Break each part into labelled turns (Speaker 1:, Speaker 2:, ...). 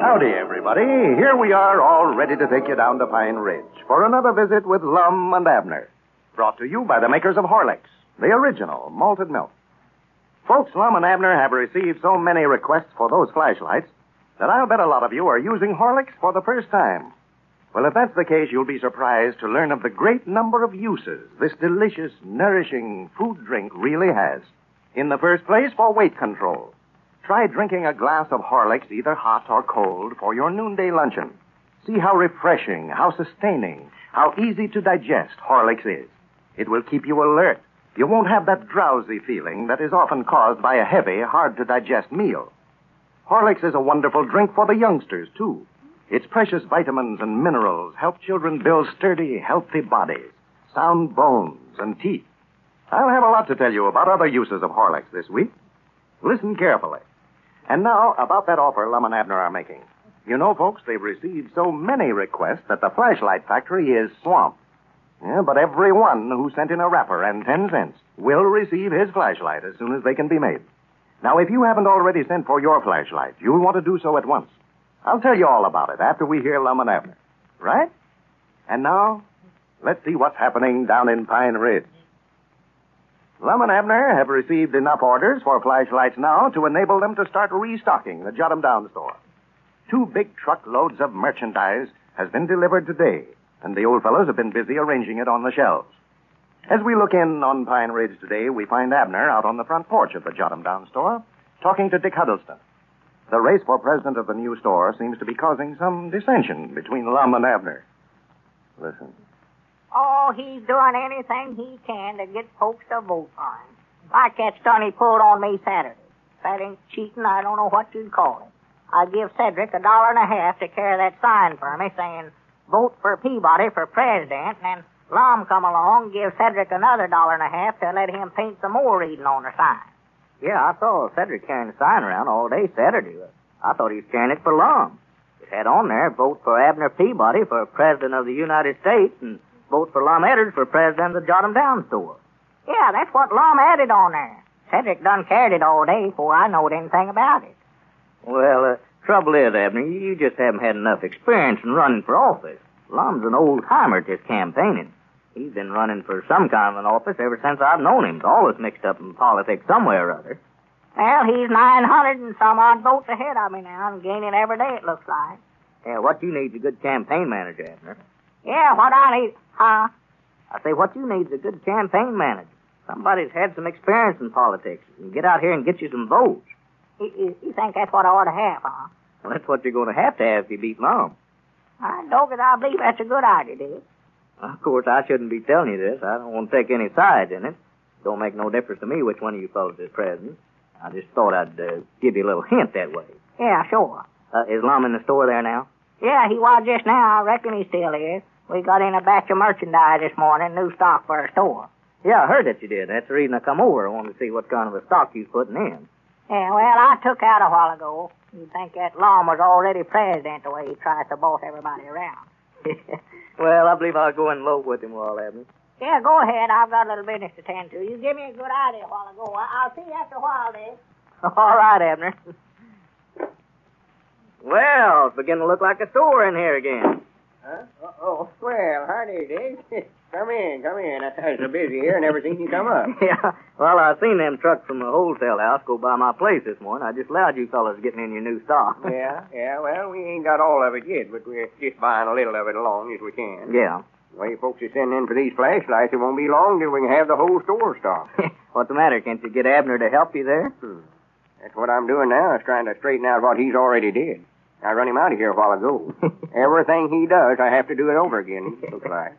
Speaker 1: Howdy, everybody. Here we are, all ready to take you down to Pine Ridge for another visit with Lum and Abner. Brought to you by the makers of Horlicks, the original malted milk. Folks, Lum and Abner have received so many requests for those flashlights that I'll bet a lot of you are using Horlicks for the first time. Well, if that's the case, you'll be surprised to learn of the great number of uses this delicious, nourishing food drink really has. In the first place, for weight control. Try drinking a glass of Horlicks, either hot or cold, for your noonday luncheon. See how refreshing, how sustaining, how easy to digest Horlicks is. It will keep you alert. You won't have that drowsy feeling that is often caused by a heavy, hard to digest meal. Horlicks is a wonderful drink for the youngsters, too. Its precious vitamins and minerals help children build sturdy, healthy bodies, sound bones, and teeth. I'll have a lot to tell you about other uses of Horlicks this week. Listen carefully. And now, about that offer Lum and Abner are making. You know, folks, they've received so many requests that the flashlight factory is swamped. Yeah, but everyone who sent in a wrapper and 10 cents will receive his flashlight as soon as they can be made. Now, if you haven't already sent for your flashlight, you'll want to do so at once. I'll tell you all about it after we hear Lum and Abner. Right? And now, let's see what's happening down in Pine Ridge. Lum and Abner have received enough orders for flashlights now to enable them to start restocking the Jot 'em Down store. Two big truckloads of merchandise has been delivered today, and the old fellows have been busy arranging it on the shelves. As we look in on Pine Ridge today, we find Abner out on the front porch of the Jot 'em Down store, talking to Dick Huddleston. The race for president of the new store seems to be causing some dissension between Lum and Abner. Listen.
Speaker 2: Oh, he's doing anything he can to get folks to vote for him. Like that stunt he pulled on me Saturday. If that ain't cheating, I don't know what you'd call it. I give Cedric a dollar and a half to carry that sign for me saying, vote for Peabody for president, and then Lom come along, give Cedric another dollar and a half to let him paint some more reading on the sign. Yeah, I saw Cedric carrying the sign around all day Saturday. I thought he was carrying it for Lom. It had on there, vote for Abner Peabody for president of the United States, and vote for Lum Eddard for president of the Jot 'em Down store. Yeah, that's what Lum added on there. Cedric done carried it all day before I knowed anything about it. Well, uh, trouble is, Abner, you just haven't had enough experience in running for office. Lum's an old timer at this campaigning. He's been running for some kind of an office ever since I've known him. He's always mixed up in politics somewhere or other. Well, he's 900 and some odd votes ahead of me now and gaining every day, it looks like. Yeah, what you need's a good campaign manager, Abner. Yeah, what I need, huh? I say, what you need's a good campaign manager. Somebody's had some experience in politics. And get out here and get you some votes. You, you think that's what I ought to have, huh? Well, that's what you're going to have to have if you beat Lum. I know, because I believe that's a good idea, Dick. Of course, I shouldn't be telling you this. I don't want to take any sides in it. Don't make no difference to me which one of you fellows is president. I just thought I'd uh, give you a little hint that way. Yeah, sure. Uh, is Lum in the store there now? Yeah, he was just now. I reckon he still is. We got in a batch of merchandise this morning, new stock for our store. Yeah, I heard that you did. That's the reason I come over. I wanted to see what kind of a stock you was putting in. Yeah, well, I took out a while ago. You'd think that Lum was already president the way he tries to boss everybody around. well, I believe I'll go in low with him while having. Yeah, go ahead. I've got a little business to tend to. You give me a good idea while I go. I- I'll see you after a while, Dick. All right, Abner. Well, it's beginning to look like a store in here again.
Speaker 3: Huh? Oh, well, howdy, Dick. come in, come in. I thought you were busy here and never seen you come up.
Speaker 2: yeah. Well, I seen them trucks from the wholesale house go by my place this morning. I just allowed you fellas getting in your new stock.
Speaker 3: Yeah, yeah, well, we ain't got all of it yet, but we're just buying a little of it along as we can.
Speaker 2: Yeah.
Speaker 3: The way folks are sending in for these flashlights, it won't be long till we can have the whole store stocked.
Speaker 2: What's the matter? Can't you get Abner to help you there?
Speaker 3: Hmm. That's what I'm doing now, is trying to straighten out what he's already did. I run him out of here a while ago. Everything he does, I have to do it over again, it looks like.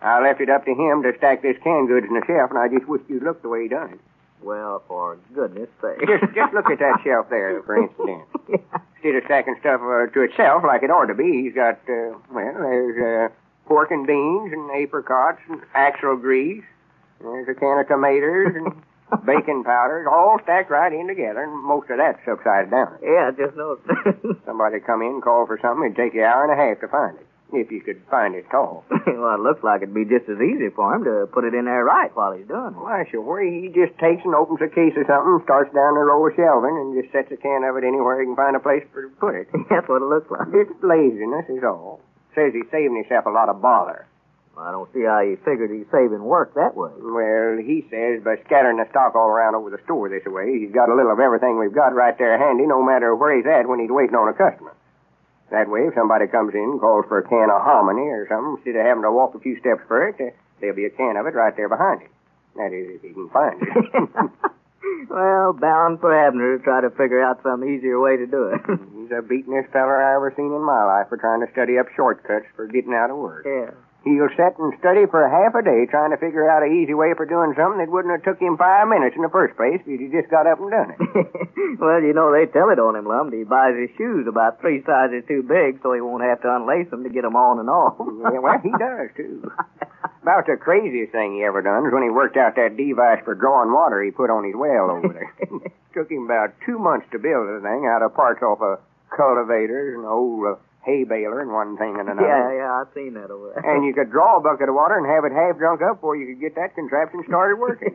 Speaker 3: I left it up to him to stack this canned goods in the shelf, and I just wish you'd looked the way he done it.
Speaker 2: Well, for goodness sake.
Speaker 3: Just, just look at that shelf there, for instance. Instead of stacking stuff uh, to itself like it ought to be, he's got, uh, well, there's uh, pork and beans and apricots and axle grease. There's a can of tomatoes and baking powder, all stacked right in together, and most of that's upside down.
Speaker 2: Yeah, just noticed.
Speaker 3: Somebody come in, call for something, it'd take you an hour and a half to find it, if you could find it at all.
Speaker 2: well, it looks like it'd be just as easy for him to put it in there right while he's doing it.
Speaker 3: Why, sure, he just takes and opens a case or something, starts down the row of shelving, and just sets a can of it anywhere he can find a place for to put it.
Speaker 2: That's what it looks like.
Speaker 3: It's laziness is all. Says he's saving himself a lot of bother.
Speaker 2: I don't see how he figured he's saving work that way.
Speaker 3: Well, he says by scattering the stock all around over the store this way, he's got a little of everything we've got right there handy, no matter where he's at when he's waiting on a customer. That way, if somebody comes in and calls for a can of hominy or something, instead of having to walk a few steps for it, uh, there'll be a can of it right there behind him. That is, if he can find it.
Speaker 2: well, bound for Abner to try to figure out some easier way to do it.
Speaker 3: he's the beatenest feller I ever seen in my life for trying to study up shortcuts for getting out of work.
Speaker 2: yeah.
Speaker 3: He'll sit and study for half a day trying to figure out an easy way for doing something that wouldn't have took him five minutes in the first place if he just got up and done it.
Speaker 2: well, you know, they tell it on him, Lum. He buys his shoes about three sizes too big so he won't have to unlace them to get them on and off.
Speaker 3: yeah, well, he does, too. About the craziest thing he ever done is when he worked out that device for drawing water he put on his well over there. took him about two months to build the thing out of parts off of cultivators and old uh, hay baler and one thing and another.
Speaker 2: yeah, yeah, I've seen that over there.
Speaker 3: And you could draw a bucket of water and have it half drunk up before you could get that contraption started working.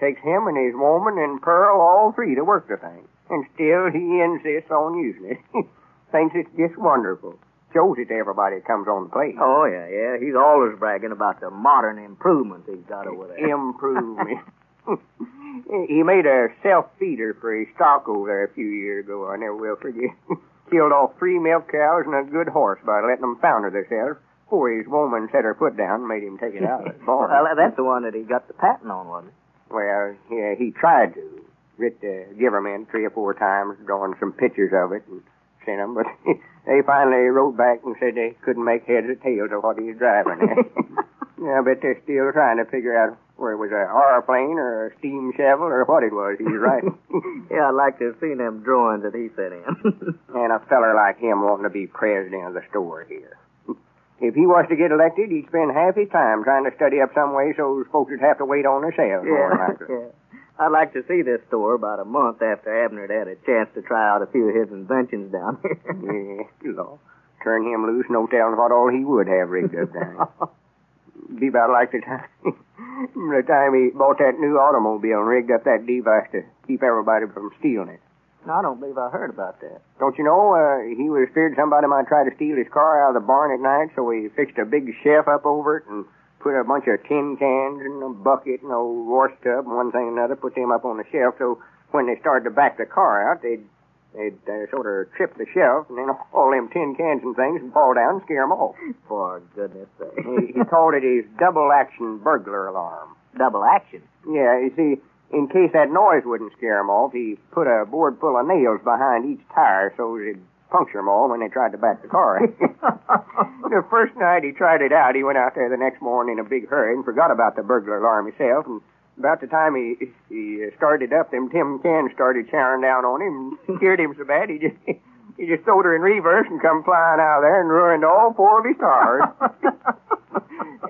Speaker 3: Takes him and his woman and Pearl, all three, to work the thing. And still he insists on using it. Thinks it's just wonderful. Shows it to everybody that comes on the place.
Speaker 2: Oh, yeah, yeah. He's always bragging about the modern improvements he's got over there.
Speaker 3: Improvement. he made a self feeder for his stock over there a few years ago. I never will forget. Killed off three milk cows and a good horse by letting them founder themselves before his woman set her foot down and made him take it out of the barn.
Speaker 4: well, that's the one that he got the patent on, wasn't it?
Speaker 3: Well, yeah, he tried to. Rick uh, give 'em in three or four times, drawing some pictures of it and sent 'em, but they finally wrote back and said they couldn't make heads or tails of what he was driving at. yeah, I bet they're still trying to figure out whether it was a airplane or a steam shovel or what it was he was riding.
Speaker 4: yeah, I'd like to have seen them drawings that he sent in.
Speaker 3: and a feller like him wanting to be president of the store here. If he was to get elected, he'd spend half his time trying to study up some way so those folks would have to wait on themselves. more than
Speaker 4: yeah,
Speaker 3: likely.
Speaker 4: yeah. I'd like to see this store about a month after Abner had had a chance to try out a few of his inventions down here.
Speaker 3: Yeah, law. Turn him loose, no telling what all he would have rigged up down. Be about like the time the time he bought that new automobile and rigged up that device to keep everybody from stealing it.
Speaker 4: no, I don't believe I heard about that.
Speaker 3: Don't you know, uh, he was feared somebody might try to steal his car out of the barn at night, so he fixed a big chef up over it and put a bunch of tin cans and a bucket and a wash tub and one thing and another, put them up on the shelf, so when they started to back the car out, they'd, they'd uh, sort of trip the shelf, and then all them tin cans and things would fall down and scare 'em off.
Speaker 4: For goodness sake.
Speaker 3: he, he called it his double-action burglar alarm.
Speaker 4: double action.
Speaker 3: Yeah, you see, in case that noise wouldn't scare 'em off, he put a board full of nails behind each tire so it'd puncture 'em all when they tried to back the car. the first night he tried it out, he went out there the next morning in a big hurry and forgot about the burglar alarm himself. And about the time he he uh, started up, them tin cans started showering down on him and scared him so bad he just. He just throwed her in reverse and come flying out of there and ruined all four of his cars.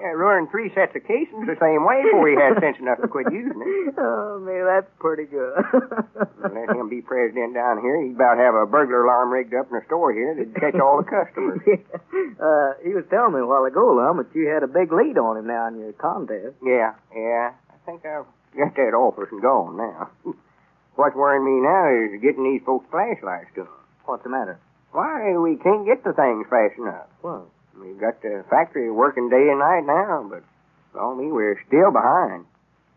Speaker 3: Yeah, ruined three sets of casings the same way before he had sense enough to quit using it.
Speaker 4: Oh, man, that's pretty good.
Speaker 3: Let him be president down here. He'd about have a burglar alarm rigged up in the store here that'd catch all the customers.
Speaker 4: Uh, he was telling me a while ago, Lum, that you had a big lead on him now in your contest.
Speaker 3: Yeah, yeah. I think I've got that office and gone now. What's worrying me now is getting these folks flashlights to 'em.
Speaker 4: What's the matter?
Speaker 3: Why, we can't get the things fast enough.
Speaker 4: Well,
Speaker 3: We've got the factory working day and night now, but all me, we're still behind.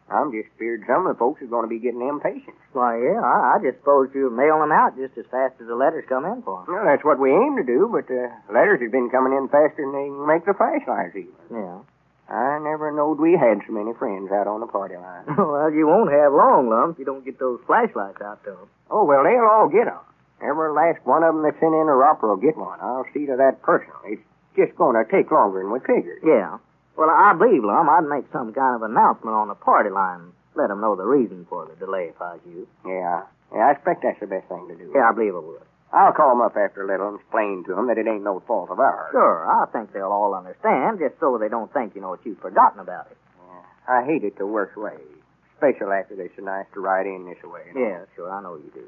Speaker 3: I'm just feared some of the folks are going to be getting impatient.
Speaker 4: why, yeah, I, I just suppose you mail them out just as fast as the letters come in for them.
Speaker 3: Well, that's what we aim to do, but the letters have been coming in faster than they can make the flashlights even.
Speaker 4: Yeah.
Speaker 3: I never knowed we had so many friends out on the party line.
Speaker 4: well, you won't have long, Lum, if you don't get those flashlights out to them.
Speaker 3: Oh, well, they'll all get 'em. Every last one of 'em that sent in a whopper will get one. I'll see to that personally. It's just going to take longer than we figured.
Speaker 4: Yeah. Well, I believe, Lum, I'd make some kind of announcement on the party line. Let them know the reason for the delay if I was you.
Speaker 3: Yeah. Yeah, I expect that's the best thing to do.
Speaker 4: Yeah, I believe I would.
Speaker 3: I'll call 'em up after a little and explain to 'em that it ain't no fault of ours.
Speaker 4: Sure, I think they'll all understand, just so they don't think, you know, that you've forgotten about it.
Speaker 3: I hate it the worst way, especially after they're so nice to ride in this way. and all.
Speaker 4: Yeah, sure, I know you do.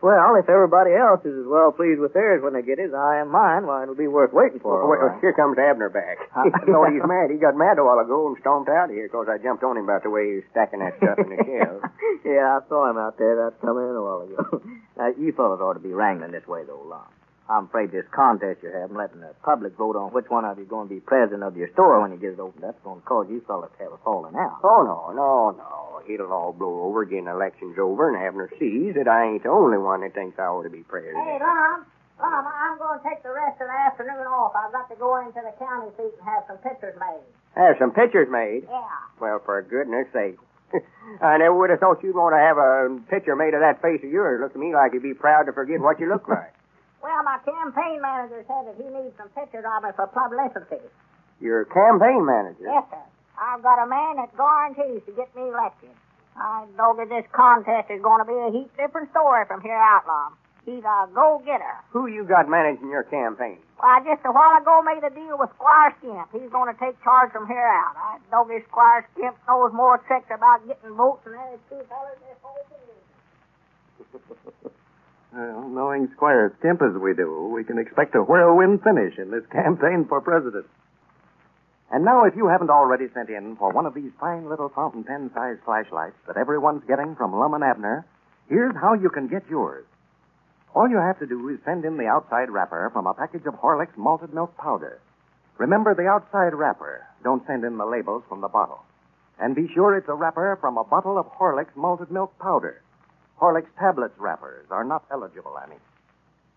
Speaker 4: Well, if everybody else is as well pleased with theirs when they get it as I am mine, why, it'll be worth waiting for. all
Speaker 3: Well,
Speaker 4: right.
Speaker 3: here comes Abner back.
Speaker 4: Huh?
Speaker 3: no, he's mad. He got mad a while ago and stomped out of here because I jumped on him about the way he was stacking that stuff in the shelf.
Speaker 4: yeah, I saw him out there. That come in a while ago. now, you fellas ought to be wrangling this way, though, Lon. I'm afraid this contest you're having, letting the public vote on which one of you going to be president of your store when you get it open, that's going to cause you fellas to have a falling out.
Speaker 3: Oh, no, no, no. It'll all blow over, getting elections over, and Abner sees that I ain't the only one that thinks I ought to be
Speaker 2: Hey,
Speaker 3: president.
Speaker 2: Lum, Lum, I'm going to take the rest of the afternoon off. I've got to go into the county seat and have some pictures made.
Speaker 3: Have some pictures made.
Speaker 2: Yeah.
Speaker 3: Well, for goodness sake. I never would have thought you'd want to have a picture made of that face of yours. Look to me like you'd be proud to forget what you look like.
Speaker 2: Well, my campaign manager said that he needs some pictures of me for publicity.
Speaker 3: You're a campaign manager.
Speaker 2: Yes, sir. I've got a man that guarantees to get me elected. I know that this contest is going to be a heap different story from here out, Lum. He's a go-getter.
Speaker 3: Who you got managing your campaign?
Speaker 2: Why, just a while ago made a deal with Squire Skimp. He's going to take charge from here out. I know this Squire Skimp knows more tricks about getting votes than any two fellas in this whole community.
Speaker 1: Well, knowing Squire Skimp as we do, we can expect a whirlwind finish in this campaign for president. And now, if you haven't already sent in for one of these fine little fountain pen sized flashlights that everyone's getting from Lum and Abner, here's how you can get yours. All you have to do is send in the outside wrapper from a package of Horlick's malted milk powder. Remember the outside wrapper. Don't send in the labels from the bottle. And be sure it's a wrapper from a bottle of Horlick's malted milk powder. Horlick's tablets wrappers are not eligible, Annie.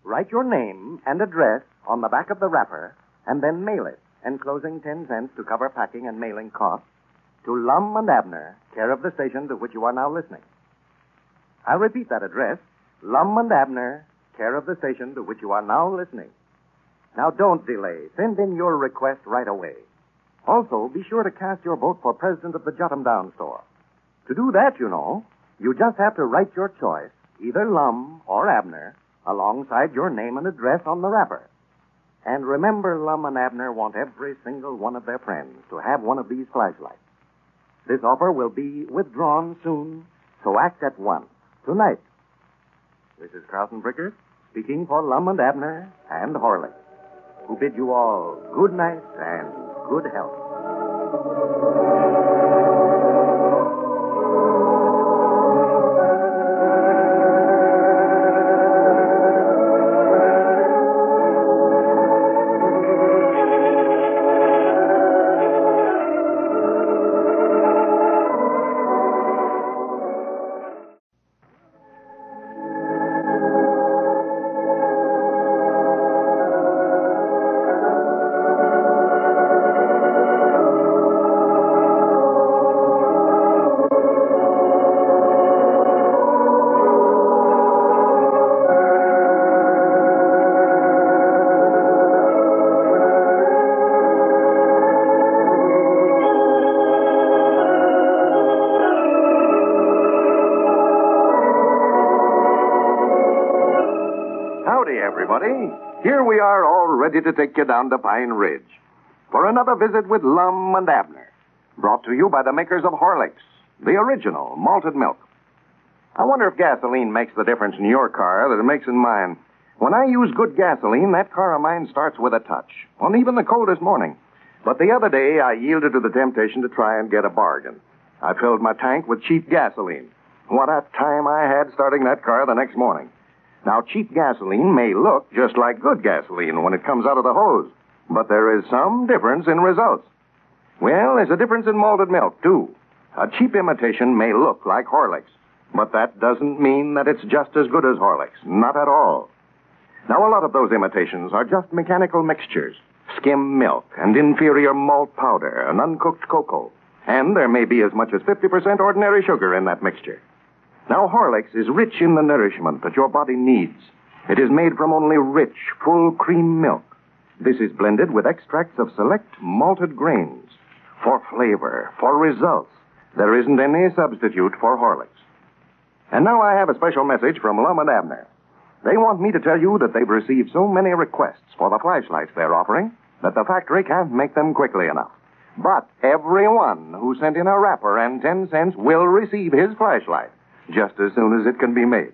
Speaker 4: Write your name and address on the back of the wrapper, and then mail it, enclosing 10 cents to cover packing and mailing costs, to Lum and Abner, care of the station to which you are now listening. I'll repeat that address Lum and Abner, care of the station to which you are now listening. Now don't delay. Send in your request right away. Also, be sure to cast your vote for president of the Jot 'em Down store. To do that, you know, you just have to write your choice, either Lum or Abner, alongside your name and address on the wrapper. And remember, Lum and Abner want every single one of their friends to have one of these flashlights. This offer will be withdrawn soon, so act at once, tonight. This is Carlton Bricker, speaking for Lum and Abner and Horlick, who bid you all good night and good health.
Speaker 1: Howdy, everybody. Here we are all ready to take you down to Pine Ridge for another visit with Lum and Abner. Brought to you by the makers of Horlicks, the original malted milk. I wonder if gasoline makes the difference in your car that it makes in mine. When I use good gasoline, that car of mine starts with a touch, on even the coldest morning. But the other day, I yielded to the temptation to try and get a bargain. I filled my tank with cheap gasoline. What a time I had starting that car the next morning. Now, cheap gasoline may look just like good gasoline when it comes out of the hose, but there is some difference in results. Well, there's a difference in malted milk, too. A cheap imitation may look like Horlicks, but that doesn't mean that it's just as good as Horlicks. Not at all. Now, a lot of those imitations are just mechanical mixtures skim milk and inferior malt powder and uncooked cocoa. And there may be as much as 50% ordinary sugar in that mixture. Now, Horlicks is rich in the nourishment that your body needs. It is made from only rich, full cream milk. This is blended with extracts of select malted grains. For flavor, for results, there isn't any substitute for Horlicks. And now I have a special message from Lum and Abner. They want me to tell you that they've received so many requests for the flashlights they're offering that the factory can't make them quickly enough. But everyone who sent in a wrapper and 10 cents will receive his flashlight just as soon as it can be made.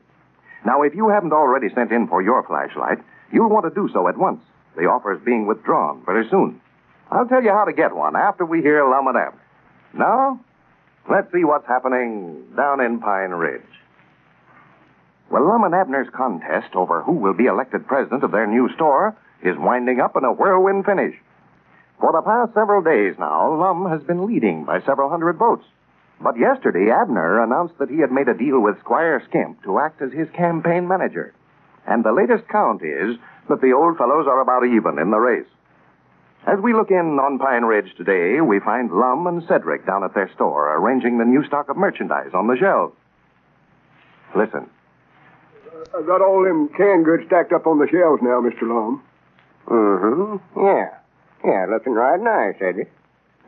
Speaker 1: Now, if you haven't already sent in for your flashlight, you'll want to do so at once. The offer is being withdrawn very soon. I'll tell you how to get one after we hear Lum and Abner. Now, let's see what's happening down in Pine Ridge. Well, Lum and Abner's contest over who will be elected president of their new store is winding up in a whirlwind finish. For the past several days now, Lum has been leading by several hundred votes. But yesterday, Abner announced that he had made a deal with Squire Skimp to act as his campaign manager. And the latest count is that the old fellows are about even in the race. As we look in on Pine Ridge today, we find Lum and Cedric down at their store arranging the new stock of merchandise on the shelves. Listen.
Speaker 5: I got all them canned goods stacked up on the shelves now, Mr. Lum.
Speaker 3: Mm-hmm. Yeah. Yeah, looking right nice, Eddie.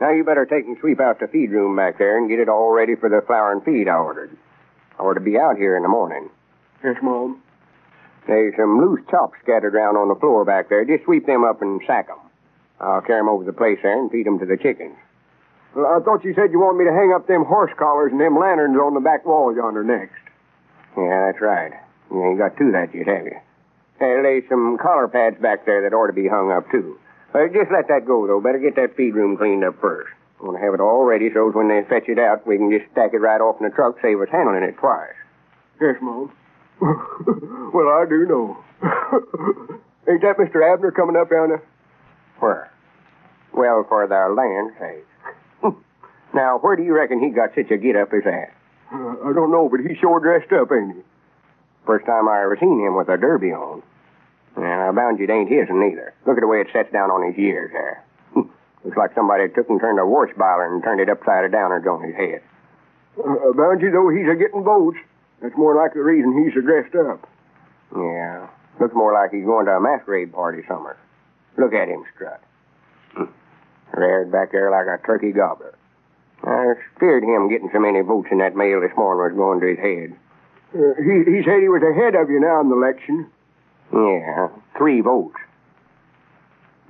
Speaker 3: Now you better take and sweep out the feed room back there and get it all ready for the flour and feed I ordered. I ought to be out here in the morning.
Speaker 5: Yes, Mom.
Speaker 3: There's some loose chops scattered around on the floor back there. Just sweep them up and sack 'em. I'll carry 'em over the place there and feed 'em to the chickens.
Speaker 5: Well, I thought you said you wanted me to hang up them horse collars and them lanterns on the back wall yonder next.
Speaker 3: Yeah, that's right. You ain't got to that yet, have you? Hey, there's some collar pads back there that ought to be hung up, too. Uh, just let that go, though. Better get that feed room cleaned up first. I want to have it all ready so as when they fetch it out, we can just stack it right off in the truck, save us handling it twice.
Speaker 5: Yes, Mom. well, I do know. Ain't that Mr. Abner coming up down there?
Speaker 3: Where? Well, for their land's sake. now, where do you reckon he got such a get up as that?
Speaker 5: Uh, I don't know, but he's sure dressed up, ain't he?
Speaker 3: First time I ever seen him with a derby on. And I bound you it ain't his neither. Look at the way it sets down on his ears there. Looks like somebody took and turned a wash boiler and turned it upside down and on his head.
Speaker 5: Uh, bound you, though, he's a getting votes. That's more like the reason he's a dressed up.
Speaker 3: Yeah. Looks more like he's going to a masquerade party somewhere. Look at him strut. Reared back there like a turkey gobbler. I feared him getting so many votes in that mail this morning was going to his head.
Speaker 5: Uh, he, he said he was ahead of you now in the election.
Speaker 3: Yeah, three votes.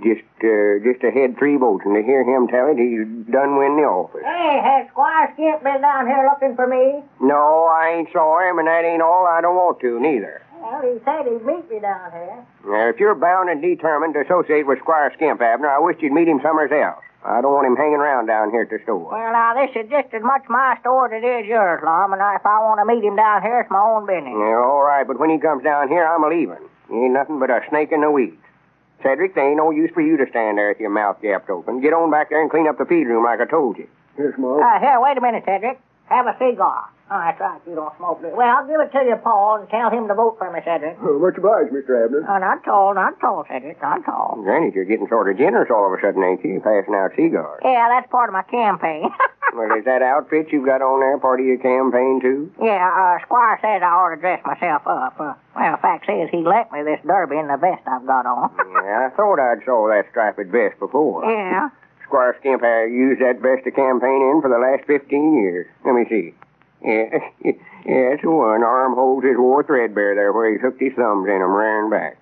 Speaker 3: Just, uh, just ahead three votes, and to hear him tell it, he's done winning the office.
Speaker 2: Hey, has Squire Skip been down here looking for me?
Speaker 3: No, I ain't saw him, and that ain't all. I don't want to, neither.
Speaker 2: Well, he said he'd meet me down here.
Speaker 3: Now, if you're bound and determined to associate with Squire Skimp, Abner, I wish you'd meet him somewhere else. I don't want him hanging around down here at the store.
Speaker 2: Well, now, this is just as much my store as it is yours, Lum, and if I want to meet him down here, it's my own business.
Speaker 3: Yeah, all right, but when he comes down here, I'm a leaving. He ain't nothing but a snake in the weeds. Cedric, there ain't no use for you to stand there with your mouth gapped open. Get on back there and clean up the feed room like I told you.
Speaker 5: Yes, Mom.
Speaker 2: Uh, here, wait a minute, Cedric. Have a cigar. Oh, that's right, you don't smoke. do you? Well, I'll give it to you, Paul, and tell him to vote for me, Cedric.
Speaker 5: Uh, much obliged, Mr. Abner.
Speaker 2: Oh, not tall, not tall, Cedric, not tall.
Speaker 3: Granny, you're getting sort of generous all of a sudden, ain't you? Passing out cigars.
Speaker 2: Yeah, that's part of my campaign.
Speaker 3: well, is that outfit you've got on there part of your campaign, too?
Speaker 2: yeah, uh, Squire says I ought to dress myself up. Uh, well, fact is, he lent me this derby and the vest I've got on.
Speaker 3: yeah, I thought I'd saw that striped vest before.
Speaker 2: yeah.
Speaker 3: Squire Skimp has used that vest to campaign in for the last 15 years. Let me see. Yeah, yeah, it's the one. Arm holds his war threadbare there where he's hooked his thumbs in 'em, rearing back.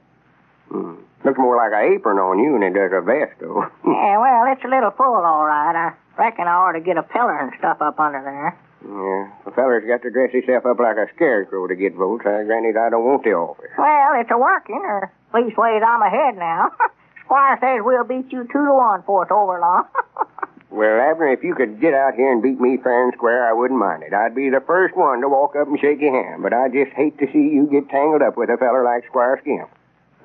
Speaker 3: Hmm. Looks more like an apron on you than it does a vest, though.
Speaker 2: Yeah, well, it's a little full, all right. I reckon I ought to get a pillar and stuff up under there.
Speaker 3: yeah, a feller's got to dress himself up like a scarecrow to get votes. I granted I don't want the office.
Speaker 2: Well, it's a working, or leastways I'm ahead now. Squire says we'll beat you two to one for it over long.
Speaker 3: Well, Abner, if you could get out here and beat me fair and square, I wouldn't mind it. I'd be the first one to walk up and shake your hand, but I just hate to see you get tangled up with a feller like Squire Skimp.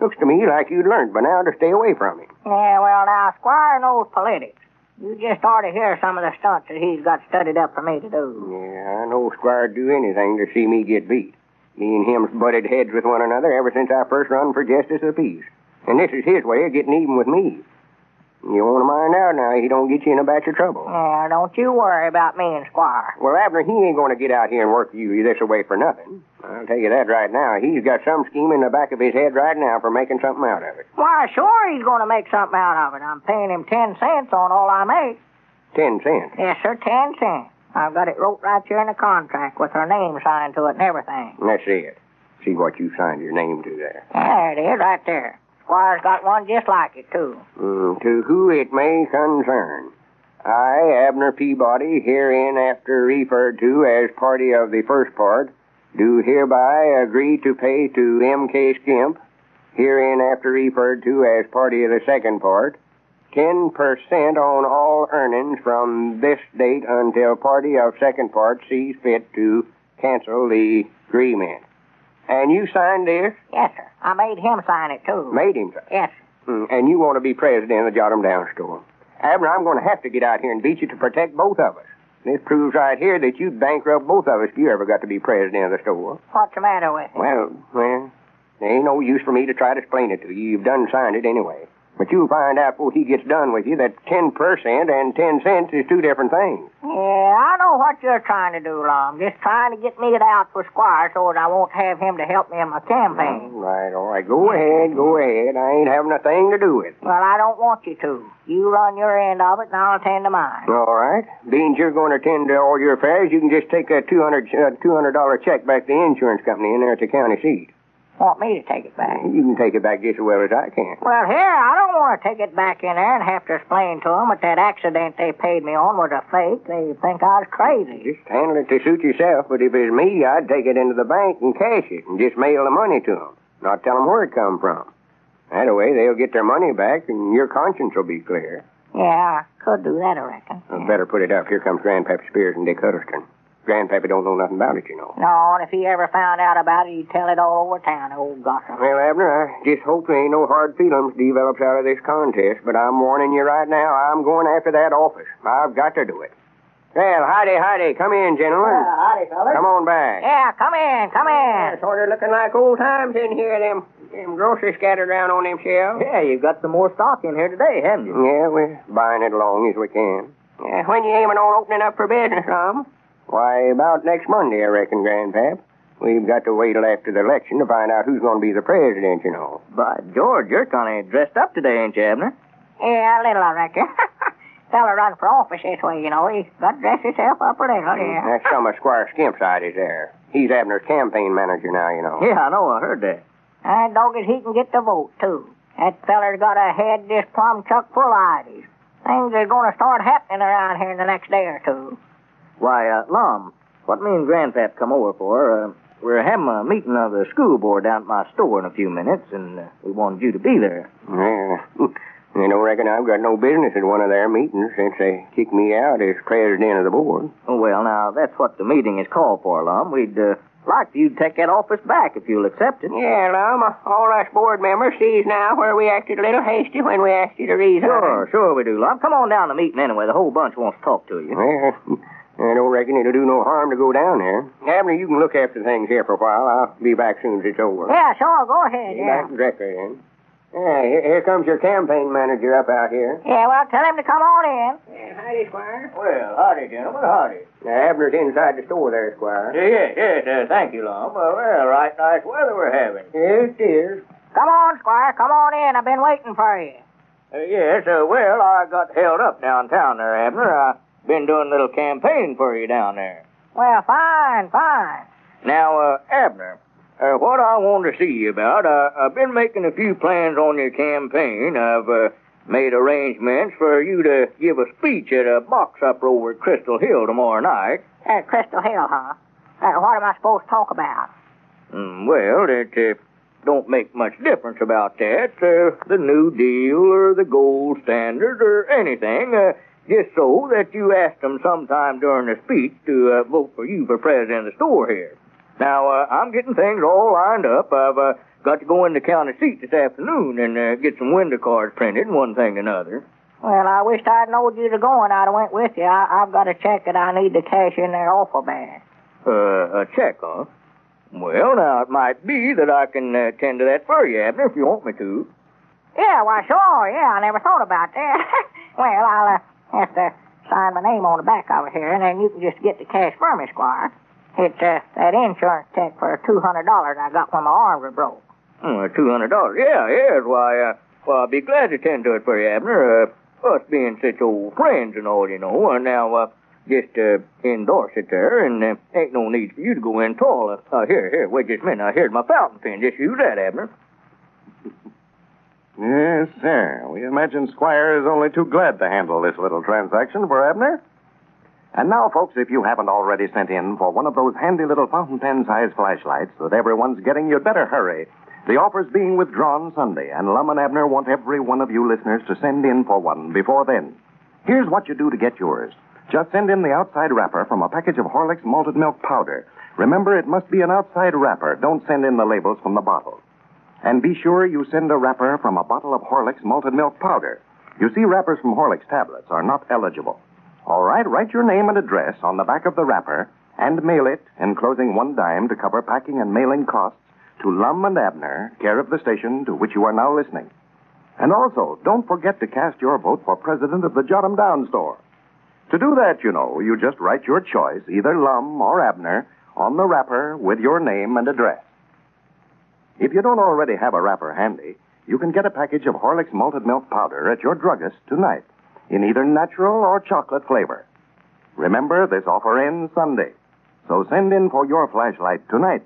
Speaker 3: Looks to me like you'd learned by now to stay away from him.
Speaker 2: yeah, well, now, Squire knows politics. You just ought to hear some of the stunts that he's got studied up for me to do.
Speaker 3: Yeah, I know Squire'd do anything to see me get beat. Me and him's butted heads with one another ever since I first run for justice of the peace. And this is his way of getting even with me. You want to mind out now, he don't get you in a batch of trouble.
Speaker 2: Yeah, don't you worry about me and Squire.
Speaker 3: Well, Abner, he ain't going to get out here and work you this away for nothing. I'll tell you that right now. He's got some scheme in the back of his head right now for making something out of it.
Speaker 2: Why, sure, he's going to make something out of it. I'm paying him ten cents on all I make.
Speaker 3: Ten cents.
Speaker 2: Yes, sir, ten cents. I've got it wrote right here in the contract with her name signed to it and everything.
Speaker 3: That's it. See what you signed your name to there.
Speaker 2: There it is, right there. Squire's got one just like it, too.
Speaker 3: Mm, to who it may concern. I, Abner Peabody, herein after referred to as party of the first part, do hereby agree to pay to M.K. Skimp, herein after referred to as party of the second part, 10% on all earnings from this date until party of second part sees fit to cancel the agreement. And you signed this?
Speaker 2: Yes, sir. I made him sign it, too.
Speaker 3: Made him sign.
Speaker 2: Yes.
Speaker 3: Mm, And you want to be president of the Jot 'em Down store. Abner, I'm going to have to get out here and beat you to protect both of us. This proves right here that you'd bankrupt both of us if you ever got to be president of the store.
Speaker 2: What's the matter with you?
Speaker 3: Well, well, there ain't no use for me to try to explain it to you. You've done signed it anyway. But you'll find out before he gets done with you that 10% and 10 cents is two different things.
Speaker 2: Yeah, I know what you're trying to do, Lom. Just trying to get me out for Squire so that I won't have him to help me in my
Speaker 3: All
Speaker 2: campaign.
Speaker 3: right, all right. Go ahead, go ahead. I ain't having a thing to do with it.
Speaker 2: Well, I don't want you to. You run your end of it, and I'll attend to mine.
Speaker 3: All right. Beans, you're going to attend to all your affairs. You can just take that two hundred uh, $200 check back to the insurance company in there at the county seat.
Speaker 2: Want me to take it back?
Speaker 3: You can take it back just as well as I can.
Speaker 2: Well, here, I don't want to take it back in there and have to explain to 'em that that accident they paid me on was a fake. They think I was crazy.
Speaker 3: Just handle it to suit yourself, but if it's me, I'd take it into the bank and cash it and just mail the money to them. Not tell them where it come from. That way, they'll get their money back and your conscience will be clear.
Speaker 2: Yeah, I could do that, I reckon.
Speaker 3: I'd better put it up. Here comes Grandpappy Spears and Dick Huddleston. Grandpappy don't know nothing about it, you know.
Speaker 2: No, and if he ever found out about it, he'd tell it all over town, the old gossip.
Speaker 3: Well, Abner, I just hope there ain't no hard feelings develops out of this contest, but I'm warning you right now, I'm going after that office. I've got to do it. Well, howdy, howdy. Come in, gentlemen.
Speaker 2: Well, howdy, fellas.
Speaker 3: Come on back.
Speaker 2: Yeah, come in, come in.
Speaker 3: Sort of looking like old times in here, them, them groceries scattered around on them shelves.
Speaker 6: Yeah, you've got some more stock in here today, haven't you?
Speaker 3: Yeah, we're buying it along as we can. Yeah, when you aiming on opening up for business, Lum? Why, about next Monday, I reckon, Grandpap. We've got to wait till after the election to find out who's going to be the president, you know.
Speaker 6: By George, you're kind of dressed up today, ain't you, Abner?
Speaker 2: Yeah, a little, I reckon. Fella run for office this way, you know. He's got to dress himself up a
Speaker 3: Oh,
Speaker 2: little, yeah.
Speaker 3: Mm, That's some of Squire Skimpside is there. He's Abner's campaign manager now, you know.
Speaker 6: Yeah, I know. I heard that.
Speaker 2: And dog as he can get the vote, too. That feller's got a head this plumb chuck full of ideas. Things are going to start happening around here in the next day or two.
Speaker 6: Why, uh, Lum, what me and Grandpap come over for, uh, we're having a meeting of the school board down at my store in a few minutes, and uh, we wanted you to be there.
Speaker 3: Yeah. You don't reckon I've got no business at one of their meetings since they kicked me out as president of the board.
Speaker 6: Oh, well, now, that's what the meeting is called for, Lum. We'd, uh, like you to take that office back if you'll accept it.
Speaker 3: Yeah, Lum, all us board members sees now where we acted a little hasty when we asked you to resign.
Speaker 6: Sure, sure we do, Lum. Come on down to the meeting anyway. The whole bunch wants to talk to you.
Speaker 3: Yeah. I don't reckon it'll do no harm to go down there. Abner, you can look after things here for a while. I'll be back soon as it's over.
Speaker 2: Yeah, sure. Go ahead.
Speaker 3: Be
Speaker 2: Yeah.
Speaker 3: back directly then. Yeah, here, here comes your campaign manager up out here.
Speaker 2: Yeah, well, tell him to come on in.
Speaker 3: howdy, Squire.
Speaker 6: Well, howdy, gentlemen, howdy.
Speaker 3: Now, Abner's inside the store there, Squire.
Speaker 6: Yes, yes, uh, thank you, Lum. Well, well, right nice weather we're having.
Speaker 3: Yes, it is.
Speaker 2: Come on, Squire. Come on in. I've been waiting for you.
Speaker 6: Uh, yes, uh, well, I got held up downtown there, Abner. I've been doing a little campaign for you down there.
Speaker 2: Well, fine, fine.
Speaker 6: Now, uh, Abner, uh, what I want to see you about, uh, I've been making a few plans on your campaign. I've uh, made arrangements for you to give a speech at a box up over at Crystal Hill tomorrow night.
Speaker 2: Uh, Crystal Hill, huh? Uh, what am I supposed to talk about?
Speaker 6: Mm, well, it uh, don't make much difference about that. Uh, the New Deal or the gold standard or anything. Uh, just so that you asked them sometime during the speech to uh, vote for you for president of the store here. Now, uh, I'm getting things all lined up. I've uh, got to go into county seat this afternoon and uh, get some window cards printed and one thing and another.
Speaker 2: Well, I wished I'd known you were going. I'd have went with you. I, I've got a check that I need to cash in there awful bad.
Speaker 6: Uh, a check, huh? Well, now, it might be that I can uh, tend to that for you, Abner, if you want me to.
Speaker 2: Yeah, why, sure. Yeah, I never thought about that. well, I'll uh, have to sign my name on the back over here, and then you can just get the cash for me, Squire. It's uh, that insurance check for $200 I got when my arm was broke.
Speaker 6: Oh, two hundred dollars. Yeah, yes. Why, uh, well, I'll be glad to tend to it for you, Abner. Uh, us being such old friends and all, you know. Uh, now, uh, just uh, endorse it there, and uh, ain't no need for you to go in at all. Uh, uh, here, here. Wait just a minute. Uh, here's my fountain pen. Just use that, Abner.
Speaker 1: Yes, sir. We imagine Squire is only too glad to handle this little transaction for Abner. And now, folks, if you haven't already sent in for one of those handy little fountain pen sized flashlights that everyone's getting, you'd better hurry. The offer's being withdrawn Sunday, and Lum and Abner want every one of you listeners to send in for one before then. Here's what you do to get yours. Just send in the outside wrapper from a package of Horlick's malted milk powder. Remember, it must be an outside wrapper. Don't send in the labels from the bottle. And be sure you send a wrapper from a bottle of Horlick's malted milk powder. You see, wrappers from Horlick's tablets are not eligible. All right, write your name and address on the back of the wrapper and mail it, enclosing one dime to cover packing and mailing costs, to Lum and Abner, care of the station to which you are now listening. And also, don't forget to cast your vote for president of the Jot 'em Down store. To do that, you know, you just write your choice, either Lum or Abner, on the wrapper with your name and address. If you don't already have a wrapper handy, you can get a package of Horlick's malted milk powder at your druggist tonight in either natural or chocolate flavor. Remember, this offer ends Sunday, so send in for your flashlight tonight.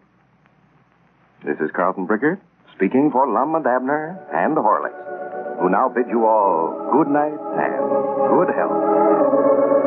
Speaker 1: This is Carlton Bricker speaking for Lum and Abner and Horlicks, who now bid you all good night and good health.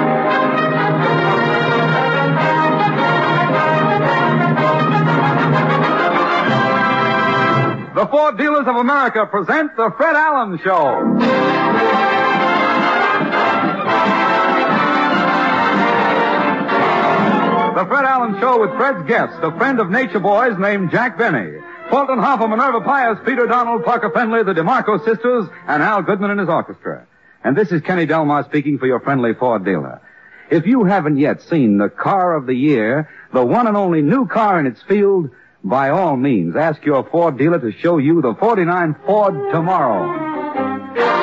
Speaker 7: The Ford Dealers of America present The Fred Allen Show. The Fred Allen Show with Fred's guest, a friend of Nature Boys named Jack Benny, Fulton Hoffa, Minerva Pius, Peter Donald, Parker Fenley, the DeMarco sisters, and Al Goodman and his orchestra. And this is Kenny Delmar speaking for your friendly Ford dealer. If you haven't yet seen the car of the year, the one and only new car in its field, by all means, ask your Ford dealer to show you the 49 Ford tomorrow.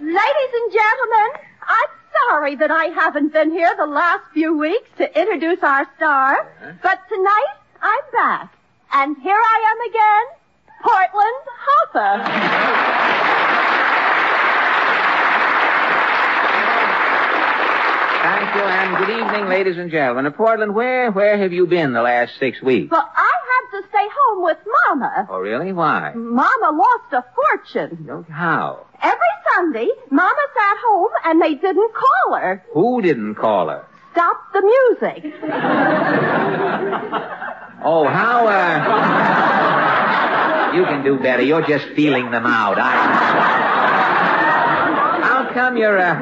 Speaker 8: Ladies and gentlemen, I'm sorry that I haven't been here the last few weeks to introduce our star,
Speaker 9: Uh-huh.
Speaker 8: but tonight I'm back. And here I am again, Portland
Speaker 9: Thank you, and good evening, ladies and gentlemen. Uh, Portland, where where have you been the last six weeks?
Speaker 8: But I had to stay home with Mama.
Speaker 9: Oh, really? Why?
Speaker 8: Mama lost a fortune.
Speaker 9: How?
Speaker 8: Every Sunday, Mama sat home and they didn't call her.
Speaker 9: Who didn't call her?
Speaker 8: Stop the music.
Speaker 9: Oh, how, uh... You can do better. You're just feeling them out. I... How come you're, uh...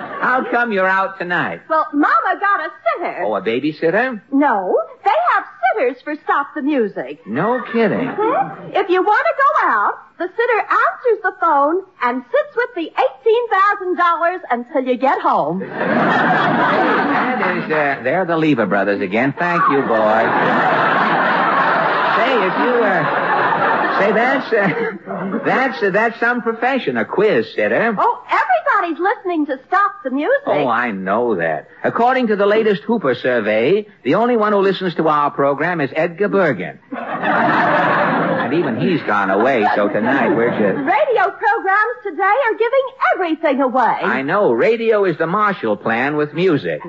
Speaker 9: How come you're out tonight?
Speaker 8: well, Mama got a sitter.
Speaker 9: Oh, a babysitter?
Speaker 8: No, they have sitters for Stop the Music.
Speaker 9: No kidding.
Speaker 8: Hmm? If you want to go out, the sitter answers the phone and sits with the $18,000 until you get home.
Speaker 9: There's, uh, they're the Lever brothers again. Thank you, boys. say, if you, uh, say, that's, uh, that's, uh, that's some profession, a quiz sitter.
Speaker 8: Oh, everybody's listening to Stop the Music.
Speaker 9: Oh, I know that. According to the latest Hooper survey, the only one who listens to our program is Edgar Bergen. and even he's gone away, so tonight we're just.
Speaker 8: Radio programs today are giving everything away.
Speaker 9: I know, radio is the Marshall Plan with music.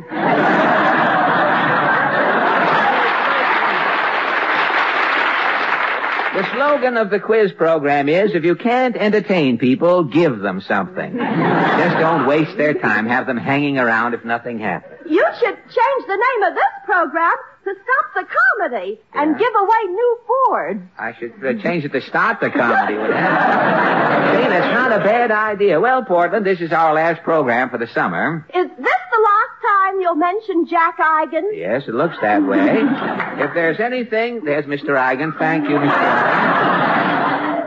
Speaker 9: The slogan of the quiz program is if you can't entertain people, give them something. Just don't waste their time. Have them hanging around if nothing happens.
Speaker 8: You should change the name of this program to Stop the Comedy and give away new boards.
Speaker 9: I should uh, change it to start the comedy with that. See, that's not a bad idea. Well, Portland, this is our last program for the summer.
Speaker 8: Is this the last time you'll mention Jack Eigen?
Speaker 9: Yes, it looks that way. If there's anything, there's Mr. Eigen. Thank you, Mr. Eigen.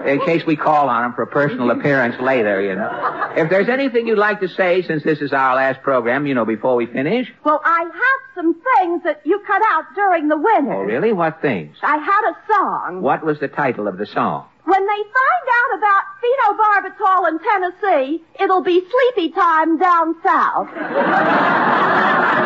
Speaker 9: In case we call on him for a personal appearance later, you know. If there's anything you'd like to say, since this is our last program, you know, before we finish.
Speaker 8: Well, I have some things that you cut out during the winter.
Speaker 9: Oh, really? What things?
Speaker 8: I had a song.
Speaker 9: What was the title of the song?
Speaker 8: When they find out about phenobarbital in Tennessee, it'll be sleepy time down south.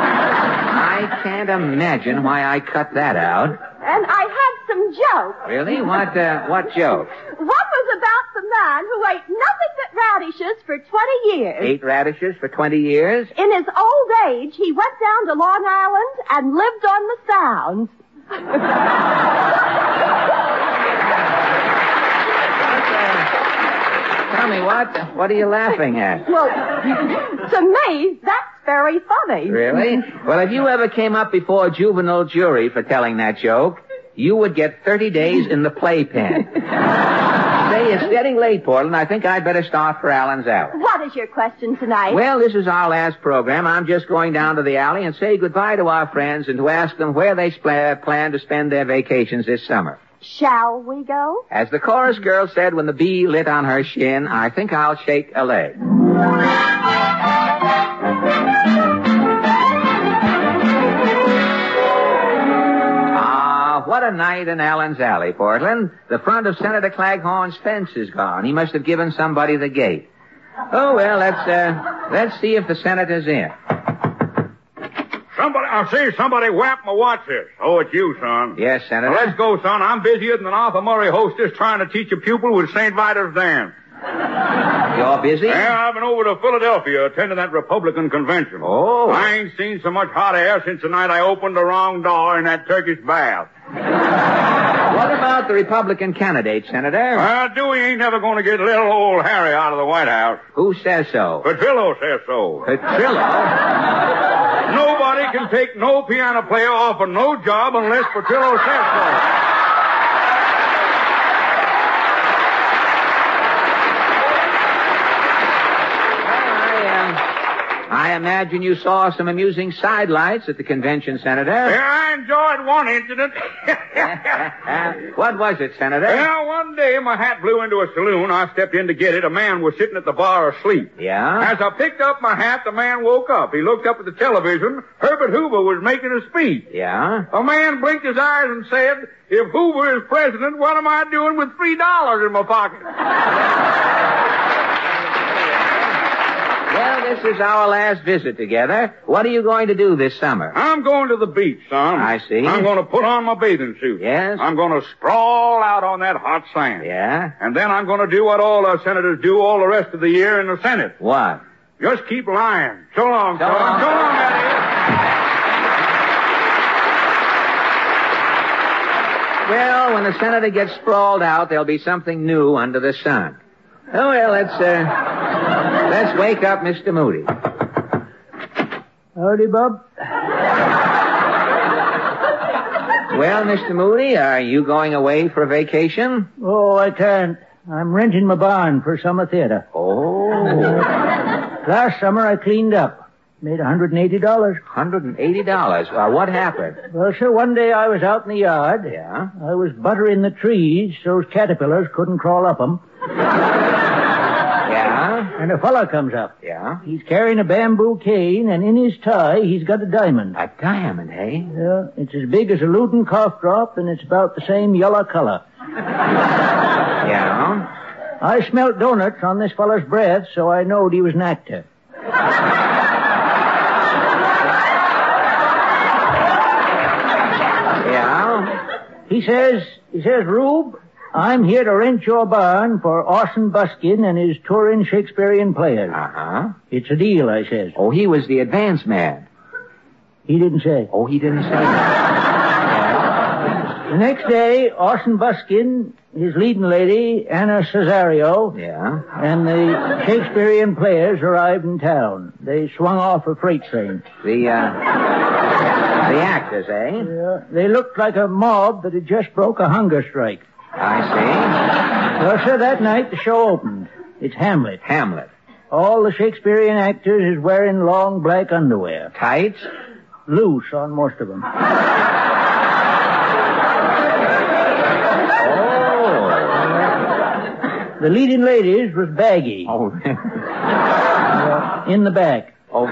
Speaker 9: I can't imagine why I cut that out.
Speaker 8: And I had some jokes.
Speaker 9: Really? What, uh, what joke?
Speaker 8: One was about the man who ate nothing but radishes for 20 years.
Speaker 9: Ate radishes for 20 years?
Speaker 8: In his old age, he went down to Long Island and lived on the Sound.
Speaker 9: Tell me, what, what are you laughing at?
Speaker 8: Well, to me, that's very funny.
Speaker 9: Really? Well, if you ever came up before a juvenile jury for telling that joke, you would get 30 days in the playpen. Say, it's getting late, Portland. I think I'd better start for Allen's Alley.
Speaker 8: What is your question tonight?
Speaker 9: Well, this is our last program. I'm just going down to the alley and say goodbye to our friends and to ask them where they spl- plan to spend their vacations this summer.
Speaker 8: Shall we go?
Speaker 9: As the chorus girl said when the bee lit on her shin, I think I'll shake a leg. Ah, what a night in Allen's Alley, Portland. The front of Senator Claghorn's fence is gone. He must have given somebody the gate. Oh, well, let's, uh, let's see if the senator's in.
Speaker 7: Somebody, I see somebody whap my watch here. Oh, it's you, son.
Speaker 9: Yes, Senator.
Speaker 7: Now, let's go, son. I'm busier than an Arthur Murray hostess trying to teach a pupil with St. Vitus dance.
Speaker 9: You're busy?
Speaker 7: Yeah, I've been over to Philadelphia attending that Republican convention.
Speaker 9: Oh.
Speaker 7: I ain't seen so much hot air since the night I opened the wrong door in that Turkish bath.
Speaker 9: What about the Republican candidate, Senator?
Speaker 7: Well, Dewey ain't never going to get little old Harry out of the White House.
Speaker 9: Who says so?
Speaker 7: Petrillo says so.
Speaker 9: Petrillo?
Speaker 7: Nobody can take no piano player off of no job unless Petrillo says so.
Speaker 9: I imagine you saw some amusing sidelights at the convention, Senator.
Speaker 7: Yeah, I enjoyed one incident.
Speaker 9: what was it, Senator?
Speaker 7: Well, one day my hat blew into a saloon. I stepped in to get it. A man was sitting at the bar asleep.
Speaker 9: Yeah?
Speaker 7: As I picked up my hat, the man woke up. He looked up at the television. Herbert Hoover was making a speech.
Speaker 9: Yeah?
Speaker 7: A man blinked his eyes and said, if Hoover is president, what am I doing with three dollars in my pocket?
Speaker 9: Well, this is our last visit together. What are you going to do this summer?
Speaker 7: I'm going to the beach, son.
Speaker 9: I see.
Speaker 7: I'm going to put on my bathing suit.
Speaker 9: Yes?
Speaker 7: I'm going to sprawl out on that hot sand.
Speaker 9: Yeah?
Speaker 7: And then I'm going to do what all our senators do all the rest of the year in the Senate.
Speaker 9: What?
Speaker 7: Just keep lying. So long,
Speaker 9: So
Speaker 7: son.
Speaker 9: long.
Speaker 7: So long, Eddie.
Speaker 9: Well, when the senator gets sprawled out, there'll be something new under the sun. Oh, well, let's, uh, let's wake up Mr. Moody.
Speaker 10: Howdy, Bob.
Speaker 9: Well, Mr. Moody, are you going away for vacation?
Speaker 10: Oh, I can't. I'm renting my barn for summer theater.
Speaker 9: Oh.
Speaker 10: Last summer I cleaned up. Made $180.
Speaker 9: $180. Well, what happened?
Speaker 10: Well, sir, one day I was out in the yard.
Speaker 9: Yeah?
Speaker 10: I was buttering the trees so those caterpillars couldn't crawl up 'em.
Speaker 9: Yeah?
Speaker 10: And a fella comes up.
Speaker 9: Yeah?
Speaker 10: He's carrying a bamboo cane, and in his tie he's got a diamond.
Speaker 9: A diamond, hey?
Speaker 10: Yeah, it's as big as a Luton cough drop, and it's about the same yellow color.
Speaker 9: Yeah?
Speaker 10: I smelt donuts on this fella's breath, so I knowed he was an actor.
Speaker 9: Yeah?
Speaker 10: He says, he says, Rube, I'm here to rent your barn for Orson Buskin and his touring Shakespearean players.
Speaker 9: Uh-huh.
Speaker 10: It's a deal, I says.
Speaker 9: Oh, he was the advance man.
Speaker 10: He didn't say.
Speaker 9: Oh, he didn't say that.
Speaker 10: The next day, Orson Buskin, his leading lady, Anna Cesario,
Speaker 9: Yeah?
Speaker 10: and the Shakespearean players arrived in town. They swung off a freight train.
Speaker 9: The, uh, the actors, eh?
Speaker 10: Yeah, they looked like a mob that had just broke a hunger strike.
Speaker 9: I
Speaker 10: Well, sir, that night the show opened. It's Hamlet.
Speaker 9: see. Hamlet.
Speaker 10: All the Shakespearean actors is wearing long black underwear.
Speaker 9: Tights?
Speaker 10: Loose on most of them.
Speaker 9: Oh.
Speaker 10: The leading ladies was baggy.
Speaker 9: Oh.
Speaker 10: In the back.
Speaker 9: oh.